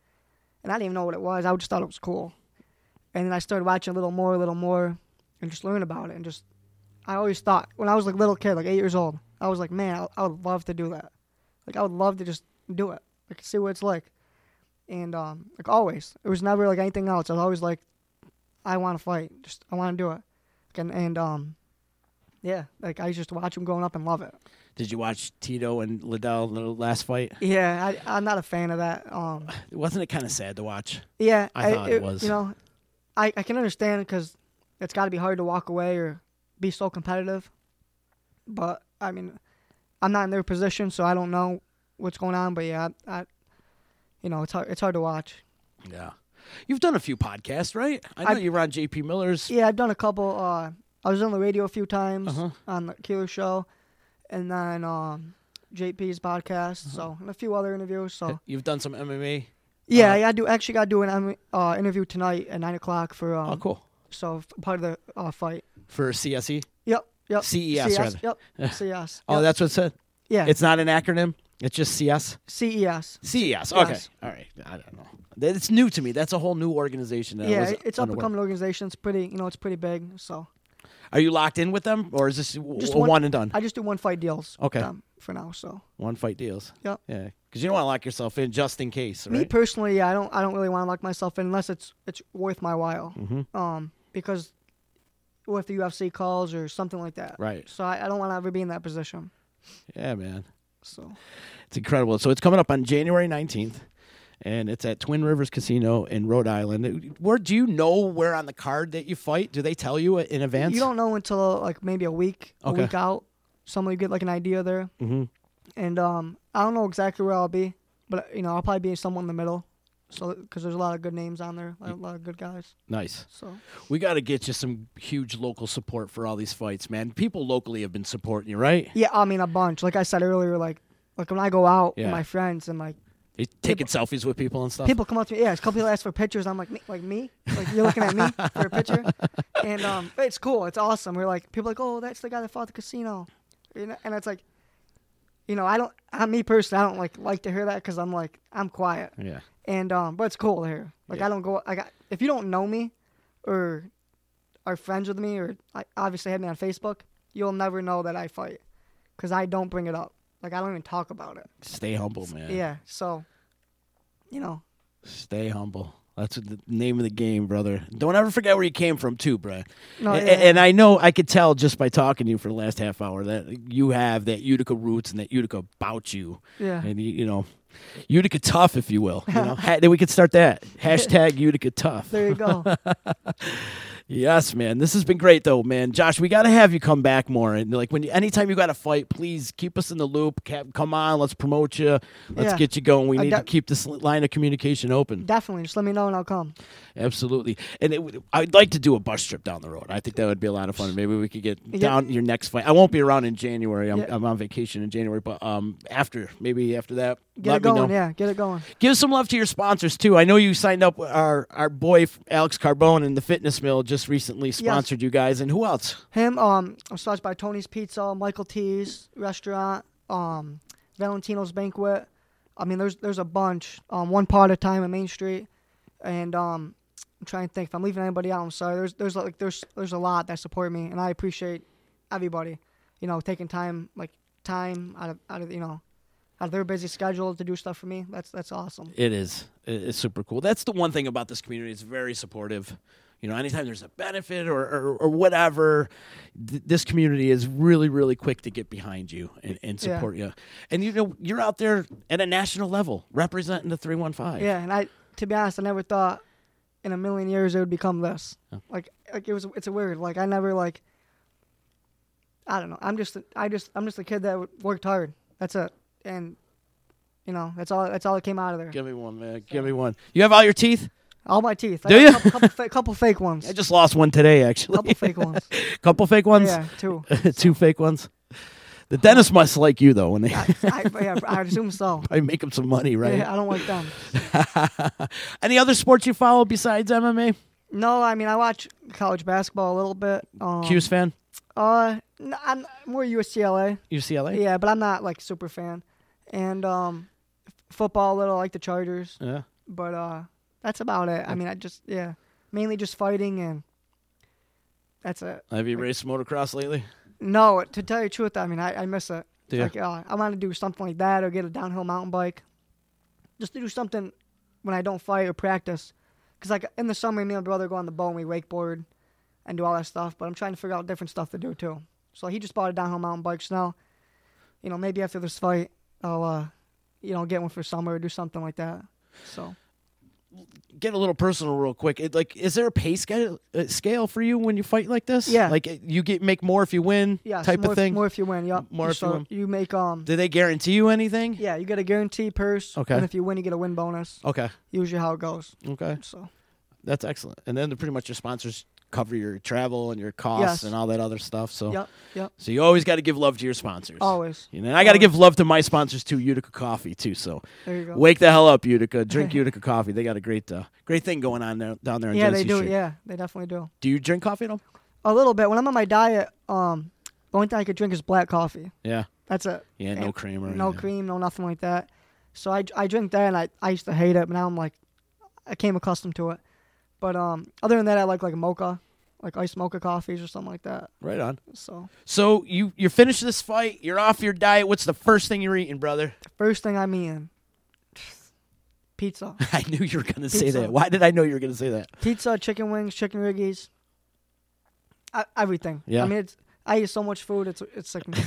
[SPEAKER 7] and I didn't even know what it was. I just thought it was cool, and then I started watching a little more, a little more, and just learn about it. And just, I always thought when I was like little kid, like eight years old, I was like, "Man, I, I would love to do that. Like I would love to just do it. Like see what it's like." And um, like always, it was never like anything else. I was always like, "I want to fight. Just I want to do it." And and um, yeah, like I used to just watch him growing up and love it.
[SPEAKER 3] did you watch Tito and Liddell in the last fight?
[SPEAKER 7] Yeah, I, I'm not a fan of that. Um,
[SPEAKER 3] Wasn't it kind of sad to watch?
[SPEAKER 7] yeah,
[SPEAKER 3] I thought it was.
[SPEAKER 7] You know, I, I can understand because it's got to be hard to walk away or be so competitive. But I mean, I'm not in their position, so I don't know what's going on. But yeah, I, I you know, it's hard, it's hard to watch.
[SPEAKER 3] Yeah, you've done a few podcasts, right? I know
[SPEAKER 7] I've-
[SPEAKER 3] you were on JP Miller's.
[SPEAKER 7] Yeah, I've done a couple. Uh, I was on the radio a few times
[SPEAKER 3] Uh-huh.
[SPEAKER 7] on the Keeler Show, and then um, JP's podcast.
[SPEAKER 3] Uh-huh.
[SPEAKER 7] So and a few other interviews. So
[SPEAKER 3] You've done some MMA.
[SPEAKER 7] yeah,
[SPEAKER 3] Uh,
[SPEAKER 7] yeah, I do actually got to do an um, uh, interview tonight at nine o'clock for um,
[SPEAKER 3] Oh, cool.
[SPEAKER 7] so f- part of the uh, fight.
[SPEAKER 3] For CSE.
[SPEAKER 7] Yep, yep. E
[SPEAKER 3] CES, E rather.
[SPEAKER 7] Yep, CES.
[SPEAKER 3] Oh,
[SPEAKER 7] yep.
[SPEAKER 3] that's what it said.
[SPEAKER 7] yeah. E
[SPEAKER 3] It's not an acronym. It's just CS.
[SPEAKER 7] CES.
[SPEAKER 3] CES. Okay.
[SPEAKER 7] Yes.
[SPEAKER 3] All right. I don't know. That- It's new to me. That's a whole new organization. That I
[SPEAKER 7] yeah,
[SPEAKER 3] was
[SPEAKER 7] it- it's up and
[SPEAKER 3] unaware-
[SPEAKER 7] coming organization. It's pretty, you know, it's pretty big. So
[SPEAKER 3] Are you locked in with them, or is this just one, and done?
[SPEAKER 7] I just do one fight deals. with
[SPEAKER 3] Okay.
[SPEAKER 7] them for now. So
[SPEAKER 3] one fight deals.
[SPEAKER 7] Yep.
[SPEAKER 3] Yeah, because you don't want to lock yourself in just in case,
[SPEAKER 7] me
[SPEAKER 3] right?
[SPEAKER 7] personally, yeah, I don't, I don't really want to lock myself in unless it's, it's worth my while.
[SPEAKER 3] Mm-hmm.
[SPEAKER 7] Um, because what if the UFC calls or something like that?
[SPEAKER 3] Right.
[SPEAKER 7] So I, I don't want to ever be in that position.
[SPEAKER 3] yeah, man,
[SPEAKER 7] So
[SPEAKER 3] it's incredible. So it's coming up on January nineteenth, and it's at Twin Rivers Casino in Rhode Island. Where do you know where on the card that you fight? Do they tell you in advance?
[SPEAKER 7] You don't know until like maybe a week,
[SPEAKER 3] Okay.
[SPEAKER 7] a week out. Somebody get like an idea there.
[SPEAKER 3] Mhm.
[SPEAKER 7] And um, I don't know exactly where I'll be, but you know I'll probably be somewhere in the middle. So because there's a lot of good names on there, a lot of good guys.
[SPEAKER 3] Nice.
[SPEAKER 7] So
[SPEAKER 3] We got to get you some huge local support for all these fights, man. People locally have been supporting you, right?
[SPEAKER 7] yeah, I mean a bunch. Like I said earlier, like like when I go out
[SPEAKER 3] Yeah.
[SPEAKER 7] with my friends and like
[SPEAKER 3] They taking selfies with people and stuff.
[SPEAKER 7] people come up to me, yeah, a couple people ask for pictures. I'm like me, like me, like you're looking at me for a picture, and um, it's cool, it's awesome. We're like people are like, oh, that's the guy that fought the casino, you know, and it's like, you know, I don't, I, me personally, I don't like like to hear that because I'm like I'm quiet,
[SPEAKER 3] yeah.
[SPEAKER 7] and um, but it's cool to hear. Like
[SPEAKER 3] Yeah.
[SPEAKER 7] I don't go, like I, if you don't know me, or are friends with me, or like, obviously have me on Facebook, you'll never know that I fight, because I don't bring it up. Like I don't even talk about it.
[SPEAKER 3] Stay humble, man.
[SPEAKER 7] yeah so, you know.
[SPEAKER 3] Stay humble. That's what the name of the game, brother. Don't ever forget where you came from, too, bruh.
[SPEAKER 7] No,
[SPEAKER 3] A-
[SPEAKER 7] Oh, yeah.
[SPEAKER 3] a- and, I know I could tell just by talking to you for the last half hour that you have that Utica roots and that Utica about you.
[SPEAKER 7] Yeah.
[SPEAKER 3] And you, you know, Utica tough, if you will. You know, Ha- then we could start that hashtag Utica tough.
[SPEAKER 7] There you go.
[SPEAKER 3] Yes, man. This has been great though, man. Josh, we got to have you come back more. And like when you, anytime you got a fight, please keep us in the loop. Ca- Come on, let's promote you. Let's
[SPEAKER 7] Yeah.
[SPEAKER 3] get you going. We
[SPEAKER 7] I
[SPEAKER 3] need to
[SPEAKER 7] got-
[SPEAKER 3] keep this line of communication open.
[SPEAKER 7] Definitely. Just let me know and I'll come.
[SPEAKER 3] Absolutely. And it, would- I'd like to do a bus trip down the road. I think that would be a lot of fun. Maybe we could get down your next fight. I won't be around in January. I'm,
[SPEAKER 7] Yeah.
[SPEAKER 3] I'm on vacation in January, but um after, maybe after that,
[SPEAKER 7] Get
[SPEAKER 3] let
[SPEAKER 7] it going.
[SPEAKER 3] me know.
[SPEAKER 7] Yeah, get it going.
[SPEAKER 3] Give some love to your sponsors too. I know you signed up with our our boy Alex Carbone and the Fitness Mill just recently sponsored you guys. And who else?
[SPEAKER 7] Him, um, I'm sponsored by Tony's Pizza, Michael T's restaurant, um, Valentino's Banquet. I mean, there's there's a bunch. Um, one pot at a time on Main Street, and um, I'm trying to think if I'm leaving anybody out. I'm sorry. There's there's like there's there's a lot that support me, and I appreciate everybody. You know, taking time like time out of out of you know out of their busy schedule to do stuff for me. That's that's awesome.
[SPEAKER 3] It is. It- It's super cool. That's the one thing about this community. It's very supportive. You know, anytime there's a benefit or, or, or whatever, th- this community is really, really quick to get behind you and, and
[SPEAKER 7] Yeah.
[SPEAKER 3] support you. And you know, you're out there at a national level representing the 315.
[SPEAKER 7] Yeah, and I to be honest, I never thought in a million years it would become this. Like like it was it's a weird. Like I never like I don't know. I'm just I just I'm just a kid that w- worked hard. That's it. And you know, that's all that's all that came out of there.
[SPEAKER 3] Give me one, man. Give me one. You have all your teeth?
[SPEAKER 7] All my teeth. I
[SPEAKER 3] Do
[SPEAKER 7] got
[SPEAKER 3] you?
[SPEAKER 7] A couple, couple, fa- couple fake ones.
[SPEAKER 3] I just lost one today, actually.
[SPEAKER 7] couple fake ones.
[SPEAKER 3] Couple fake ones?
[SPEAKER 7] Yeah, two.
[SPEAKER 3] Two fake ones. The dentist must like you, though, when they
[SPEAKER 7] I, yeah, I assume so.
[SPEAKER 3] probably make him some money, right?
[SPEAKER 7] Yeah, I don't like them.
[SPEAKER 3] Any other sports you follow besides MMA?
[SPEAKER 7] Um, No, I mean I watch college basketball a little bit. Um,
[SPEAKER 3] Q's fan?
[SPEAKER 7] Uh, n- I'm more USCLA.
[SPEAKER 3] UCLA?
[SPEAKER 7] Yeah, but I'm not like super fan. And um, f- football a little I like the Chargers,
[SPEAKER 3] Yeah.
[SPEAKER 7] but uh, that's about it. I mean, I just yeah, mainly just fighting and that's it.
[SPEAKER 3] Have you raced motocross lately?
[SPEAKER 7] No, to tell you the truth, I mean I, I miss it.
[SPEAKER 3] Do ya?
[SPEAKER 7] Like uh, I want to do something like that or get a downhill mountain bike, just to do something when I don't fight or practice. Cause like in the summer, me and my brother go on the boat and we wakeboard and do all that stuff. But I'm trying to figure out different stuff to do too. So he just bought a downhill mountain bike. So now, you know, maybe after this fight, I'll uh, you know, get one for summer or do something like that. So
[SPEAKER 3] Get a little personal, real quick. It, like, is there a pay scale, uh, scale for you when you fight like this?
[SPEAKER 7] Yeah.
[SPEAKER 3] Like, it- you get make more if you win,
[SPEAKER 7] yeah,
[SPEAKER 3] type
[SPEAKER 7] more
[SPEAKER 3] of thing.
[SPEAKER 7] If, more if you win. Yep.
[SPEAKER 3] More if you
[SPEAKER 7] So
[SPEAKER 3] win.
[SPEAKER 7] You make um.
[SPEAKER 3] Do they guarantee you anything?
[SPEAKER 7] Yeah, you get a guarantee purse.
[SPEAKER 3] Okay. Oh.
[SPEAKER 7] And if you win, you get a win bonus.
[SPEAKER 3] Okay.
[SPEAKER 7] Usually how it goes.
[SPEAKER 3] Okay.
[SPEAKER 7] So.
[SPEAKER 3] That's excellent. And then pretty much your sponsors cover your travel and your costs
[SPEAKER 7] Yes.
[SPEAKER 3] and all that other stuff. So,
[SPEAKER 7] Yep, yep.
[SPEAKER 3] so you always got to give love to your sponsors.
[SPEAKER 7] Always.
[SPEAKER 3] You know, and I got to
[SPEAKER 7] Always.
[SPEAKER 3] give love to my sponsors too, Utica Coffee too. So,
[SPEAKER 7] There you go.
[SPEAKER 3] wake the hell up, Utica. Drink Utica Coffee. They got a great, uh, great thing going on there down there. In
[SPEAKER 7] Yeah, they
[SPEAKER 3] Genesee
[SPEAKER 7] do.
[SPEAKER 3] Street.
[SPEAKER 7] Yeah, they definitely do.
[SPEAKER 3] Do you drink coffee at all?
[SPEAKER 7] A little bit. When I'm on my diet, um, the only thing I could drink is black coffee.
[SPEAKER 3] Yeah.
[SPEAKER 7] That's it.
[SPEAKER 3] Yeah, no
[SPEAKER 7] And
[SPEAKER 3] cream or
[SPEAKER 7] no
[SPEAKER 3] anything.
[SPEAKER 7] cream, no nothing like that. So I, I drink that, and I, I used to hate it, but now I'm like, I came accustomed to it. But um, other than that, I like like mocha, like iced mocha coffees or something like that.
[SPEAKER 3] Right on.
[SPEAKER 7] So
[SPEAKER 3] So you you finish this fight. You're off your diet. What's the first thing you're eating, brother?
[SPEAKER 7] first thing I'm eating, pizza,
[SPEAKER 3] I knew you were gonna say
[SPEAKER 7] Pizza.
[SPEAKER 3] that. Why did I know you were gonna say that?
[SPEAKER 7] pizza, chicken wings, chicken riggies, I, everything.
[SPEAKER 3] Yeah.
[SPEAKER 7] I mean, it's I eat so much food, it's it's sickening.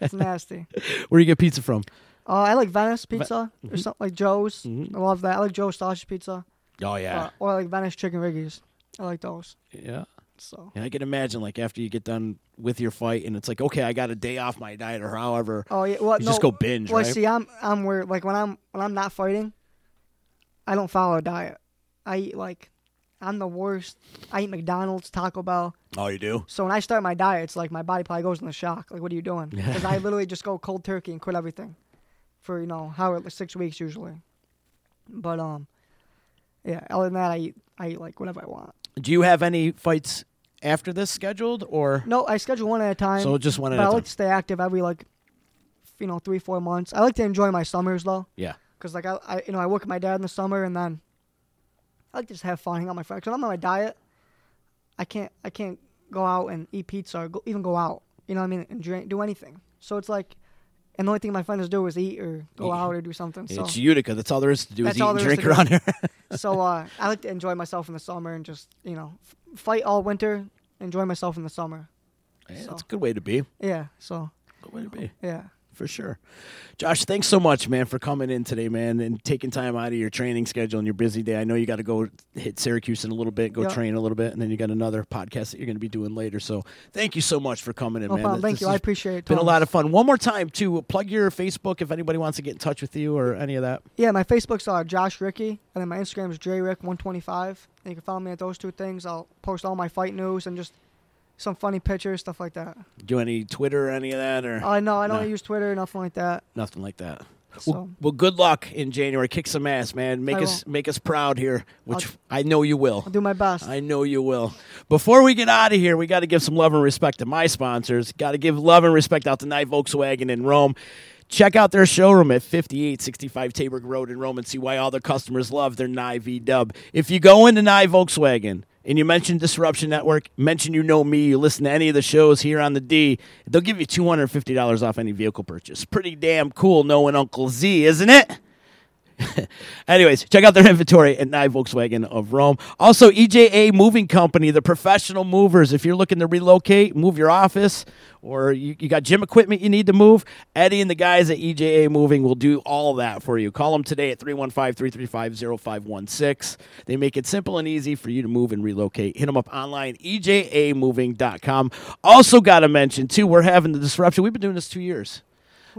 [SPEAKER 7] it's nasty.
[SPEAKER 3] Where you get pizza from?
[SPEAKER 7] Uh, I like Venice pizza
[SPEAKER 3] mm-hmm.
[SPEAKER 7] or something like Joe's. I love that. I like Joe's sausage pizza.
[SPEAKER 3] Oh
[SPEAKER 7] Uh,
[SPEAKER 3] yeah,
[SPEAKER 7] or I like Venice chicken riggies. I like those.
[SPEAKER 3] yeah.
[SPEAKER 7] So
[SPEAKER 3] Yeah, I can imagine like after you get done with your fight, and it's like, okay, I got a day off my diet, or however.
[SPEAKER 7] oh yeah, well
[SPEAKER 3] You
[SPEAKER 7] no,
[SPEAKER 3] just go binge,
[SPEAKER 7] Well,
[SPEAKER 3] right?
[SPEAKER 7] see, I'm I'm weird. Like when I'm when I'm not fighting, I don't follow a diet. I eat like I'm the worst. I eat McDonald's, Taco Bell.
[SPEAKER 3] Oh, you do?
[SPEAKER 7] So when I start my diet, it's like my body probably goes in the shock. Like, what are you doing? Because I literally just go cold turkey and quit everything for you know how six weeks usually. But um, yeah. Other than that, I eat I eat like whatever I want.
[SPEAKER 3] Do you have any fights after this scheduled, or
[SPEAKER 7] No, I schedule one at a time.
[SPEAKER 3] So just one at
[SPEAKER 7] but
[SPEAKER 3] a
[SPEAKER 7] I
[SPEAKER 3] time.
[SPEAKER 7] like to stay active every like, you know, three four months. I like to enjoy my summers though,
[SPEAKER 3] yeah,
[SPEAKER 7] because like I, I you know I work with my dad in the summer and then I like to just have fun, hang out with my friends. Cause I'm on my diet. I can't I can't go out and eat pizza or go, even go out. You know what I mean? And drink, do anything. So it's like, and the only thing my friends do is eat or go out or do something. So
[SPEAKER 3] it's Utica. That's all there is to do
[SPEAKER 7] That's
[SPEAKER 3] is eat
[SPEAKER 7] all
[SPEAKER 3] and
[SPEAKER 7] there is
[SPEAKER 3] drink
[SPEAKER 7] to do.
[SPEAKER 3] around here.
[SPEAKER 7] so uh, I like to enjoy myself in the summer and just you know f- fight all winter, enjoy myself in the summer.
[SPEAKER 3] yeah,
[SPEAKER 7] So-
[SPEAKER 3] that's a good way to be.
[SPEAKER 7] Yeah. So
[SPEAKER 3] Good way to be.
[SPEAKER 7] yeah.
[SPEAKER 3] for sure. Josh, thanks so much, man, for coming in today, man, and taking time out of your training schedule and your busy day. I know you got to go hit Syracuse in a little bit, go
[SPEAKER 7] Yeah.
[SPEAKER 3] train a little bit, and then you got another podcast that you're going to be doing later. So, thank you so much for coming in,
[SPEAKER 7] No
[SPEAKER 3] man.
[SPEAKER 7] problem. Thank
[SPEAKER 3] This
[SPEAKER 7] you.
[SPEAKER 3] has
[SPEAKER 7] I appreciate it,
[SPEAKER 3] Been a lot
[SPEAKER 7] Thomas.
[SPEAKER 3] of fun. One more time, too. Plug your Facebook if anybody wants to get in touch with you or any of that.
[SPEAKER 7] Yeah, my Facebook's uh, Josh Ricky, and then my Instagram's JRick125. And you can follow me at those two things. I'll post all my fight news and just some funny pictures, stuff like that.
[SPEAKER 3] Do any Twitter or any of that or
[SPEAKER 7] I know I don't
[SPEAKER 3] No.
[SPEAKER 7] use Twitter, nothing like that.
[SPEAKER 3] nothing like that. Well,
[SPEAKER 7] So-
[SPEAKER 3] well, good luck in January. Kick some ass, man. Make
[SPEAKER 7] I
[SPEAKER 3] us make us proud here, which I know you will.
[SPEAKER 7] I'll do my best.
[SPEAKER 3] I know you will. Before we get out of here, we got to give some love and respect to my sponsors. Got to give love and respect out to Night Volkswagen in Rome. Check out their showroom at 5865 Taborg Road in Rome and see why all their customers love their Nye V Dub. If you go into Nye Volkswagen, and you mention Disruption Network, mention you know me, you listen to any of the shows here on the D, they'll give you $250 off any vehicle purchase. Pretty damn cool knowing Uncle Z, isn't it? Anyways, check out their inventory at Nye Volkswagen of Rome. Also, EJA Moving Company, the professional movers. If you're looking to relocate, move your office, or you, you got gym equipment you need to move, Eddie and the guys at EJA Moving will do all that for you. Call them today at 315 335 0516. They make it simple and easy for you to move and relocate. Hit them up online, E ejamoving.com. Also, got to mention, too, we're having the disruption. We've been doing this two years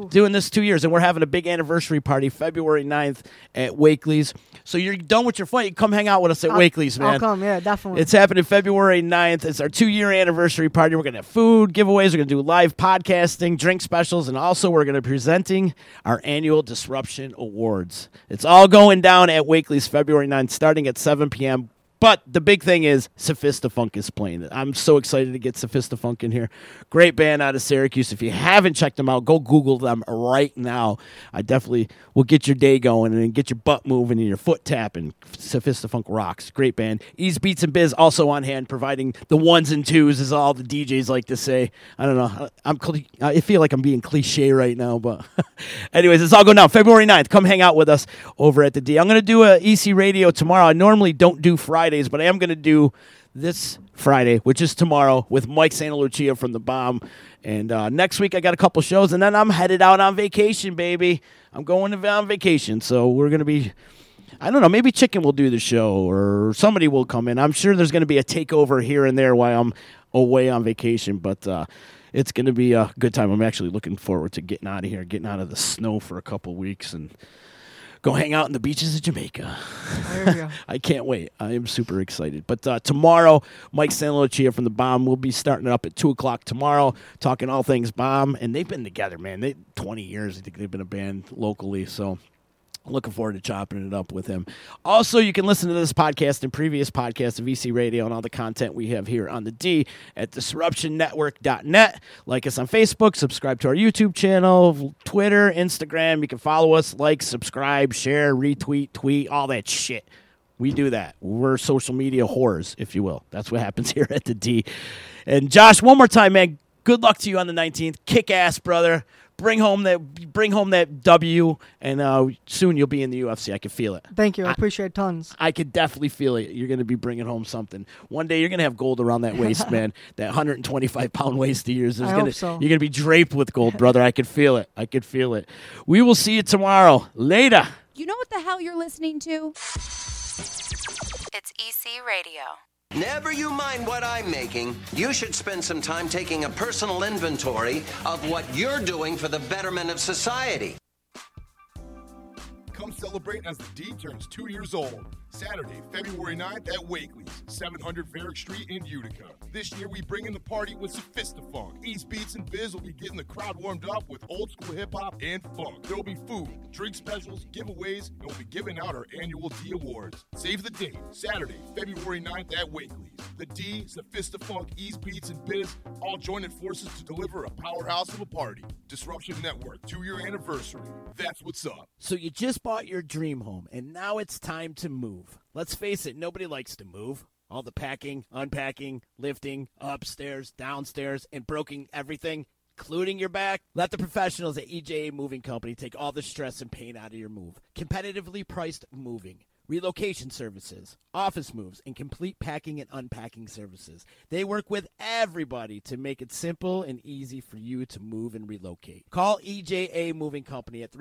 [SPEAKER 3] doing this two years, and we're having a big anniversary party February 9th at Wakely's. So you're done with your flight. You come hang out with us at Wakely's, man.
[SPEAKER 7] I'll come. Yeah, definitely.
[SPEAKER 3] It's happening February 9th. It's our two year anniversary party. We're going to have food giveaways. We're going to do live podcasting, drink specials, and also we're going to be presenting our annual Disruption Awards. It's all going down at Wakely's February 9th, starting at 7 p.m. But the big thing is Sophistafunk is playing. I'm so excited to get Sophistafunk in here. Great band out of Syracuse. If you haven't checked them out, go Google them right now. I definitely will get your day going and get your butt moving and your foot tapping. Sophistafunk rocks. Great band. Ease Beats and Biz also on hand, providing the ones and twos, as all the DJs like to say. I don't know. I'm cli- I feel like I'm being cliche right now, but anyways, it's all going down February 9th. Come hang out with us over at the D. I'm going to do a EC Radio tomorrow. I normally don't do Fridays, but I am going to do this Friday, which is tomorrow, with Mike Santa Lucia from The Bomb. And uh, next week, I got a couple shows, and then I'm headed out on vacation, baby. I'm going to- on vacation, so we're going to be. I don't know. Maybe Chicken will do the show, or somebody will come in. I'm sure there's going to be a takeover here and there while I'm away on vacation, but uh, it's going to be a good time. I'm actually looking forward to getting out of here, getting out of the snow for a couple weeks, and go hang out on the beaches of Jamaica.
[SPEAKER 7] there you go.
[SPEAKER 3] I can't wait. I am super excited. But uh, tomorrow, Mike Sanlucia from the Bomb will be starting up at two o'clock tomorrow, talking all things Bomb. And they've been together, man. They twenty years. I think they've been a band locally. So looking forward to chopping it up with him. Also, you can listen to this podcast and previous podcasts of VC Radio and all the content we have here on the D at disruptionnetwork.net. Like us on Facebook, subscribe to our YouTube channel, Twitter, Instagram. You can follow us, like, subscribe, share, retweet, tweet, all that shit. We do that. We're social media whores, if you will. That's what happens here at the D. And Josh, one more time, man. Good luck to you on the 19th. Kick ass, brother. Bring home that bring home that W, and uh, soon you'll be in the UFC. I can feel it.
[SPEAKER 7] Thank you. I appreciate tons.
[SPEAKER 3] I could definitely feel it. You're going to be bringing home something. One day you're going to have gold around that waist, man. That 125 pound waist of yours. There's
[SPEAKER 7] I
[SPEAKER 3] gonna,
[SPEAKER 7] hope so.
[SPEAKER 3] You're going to be draped with gold, brother. I could feel it. I could feel it. We will see you tomorrow. Later.
[SPEAKER 8] You know what the hell you're listening to?
[SPEAKER 1] It's EC Radio.
[SPEAKER 9] Never you mind what I'm making. You should spend some time taking a personal inventory of what you're doing for the betterment of society.
[SPEAKER 2] Come celebrate as the D turns two years old. Saturday, February 9th at Wakely's, 700 Varick Street in Utica. This year we bring in the party with Sophistafunk. East Beats and Biz will be getting the crowd warmed up with old school hip hop and funk. There'll be food, drink specials, giveaways, and we'll be giving out our annual D Awards. Save the date, Saturday, February 9th at Wakely's. The D, Sophistafunk, East Beats, and Biz all joining forces to deliver a powerhouse of a party. Disruption Network, two year anniversary. That's what's up.
[SPEAKER 3] So you just bought your dream home, and now it's time to move. Let's face it, nobody likes to move. All the packing, unpacking, lifting, upstairs, downstairs, and broking everything, including your back. Let the professionals at EJA Moving Company take all the stress and pain out of your move. Competitively priced moving relocation services, office moves, and complete packing and unpacking services. They work with everybody to make it simple and easy for you to move and relocate. Call EJA Moving Company at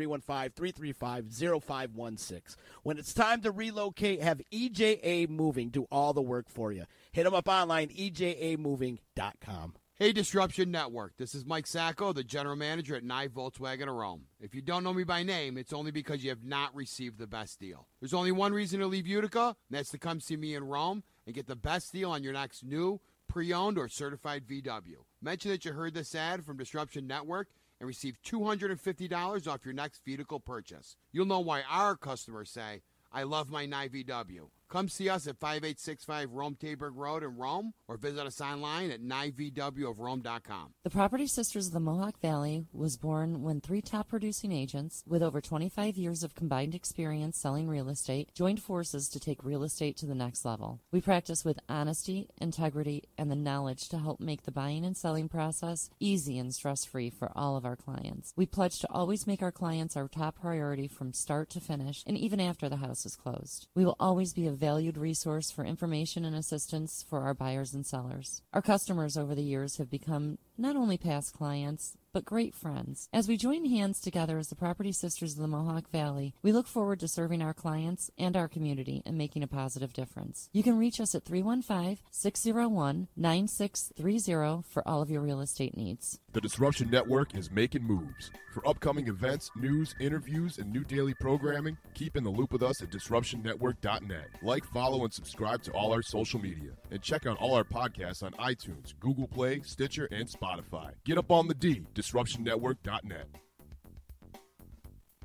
[SPEAKER 3] 315-335-0516. When it's time to relocate, have EJA Moving do all the work for you. Hit them up online, E ejamoving.com.
[SPEAKER 4] Hey, Disruption Network. This is Mike Sacco, the general manager at Nye Volkswagen of Rome. If you don't know me by name, it's only because you have not received the best deal. There's only one reason to leave Utica, and that's to come see me in Rome and get the best deal on your next new, pre owned, or certified VW. Mention that you heard this ad from Disruption Network and receive $250 off your next vehicle purchase. You'll know why our customers say, I love my Nye VW. Come see us at 5865 Rome Taberg Road in Rome or visit us online at 9vwofrome.com.
[SPEAKER 5] The Property Sisters of the Mohawk Valley was born when three top producing agents with over 25 years of combined experience selling real estate joined forces to take real estate to the next level. We practice with honesty, integrity, and the knowledge to help make the buying and selling process easy and stress free for all of our clients. We pledge to always make our clients our top priority from start to finish and even after the house is closed. We will always be a valued resource for information and assistance for our buyers and sellers. Our customers over the years have become not only past clients, but great friends. As we join hands together as the Property Sisters of the Mohawk Valley, we look forward to serving our clients and our community and making a positive difference. You can reach us at 315 601 9630 for all of your real estate needs.
[SPEAKER 2] The Disruption Network is making moves. For upcoming events, news, interviews, and new daily programming, keep in the loop with us at disruptionnetwork.net. Like, follow, and subscribe to all our social media. And check out all our podcasts on iTunes, Google Play, Stitcher, and Spotify. Get up on the D, disruptionnetwork.net.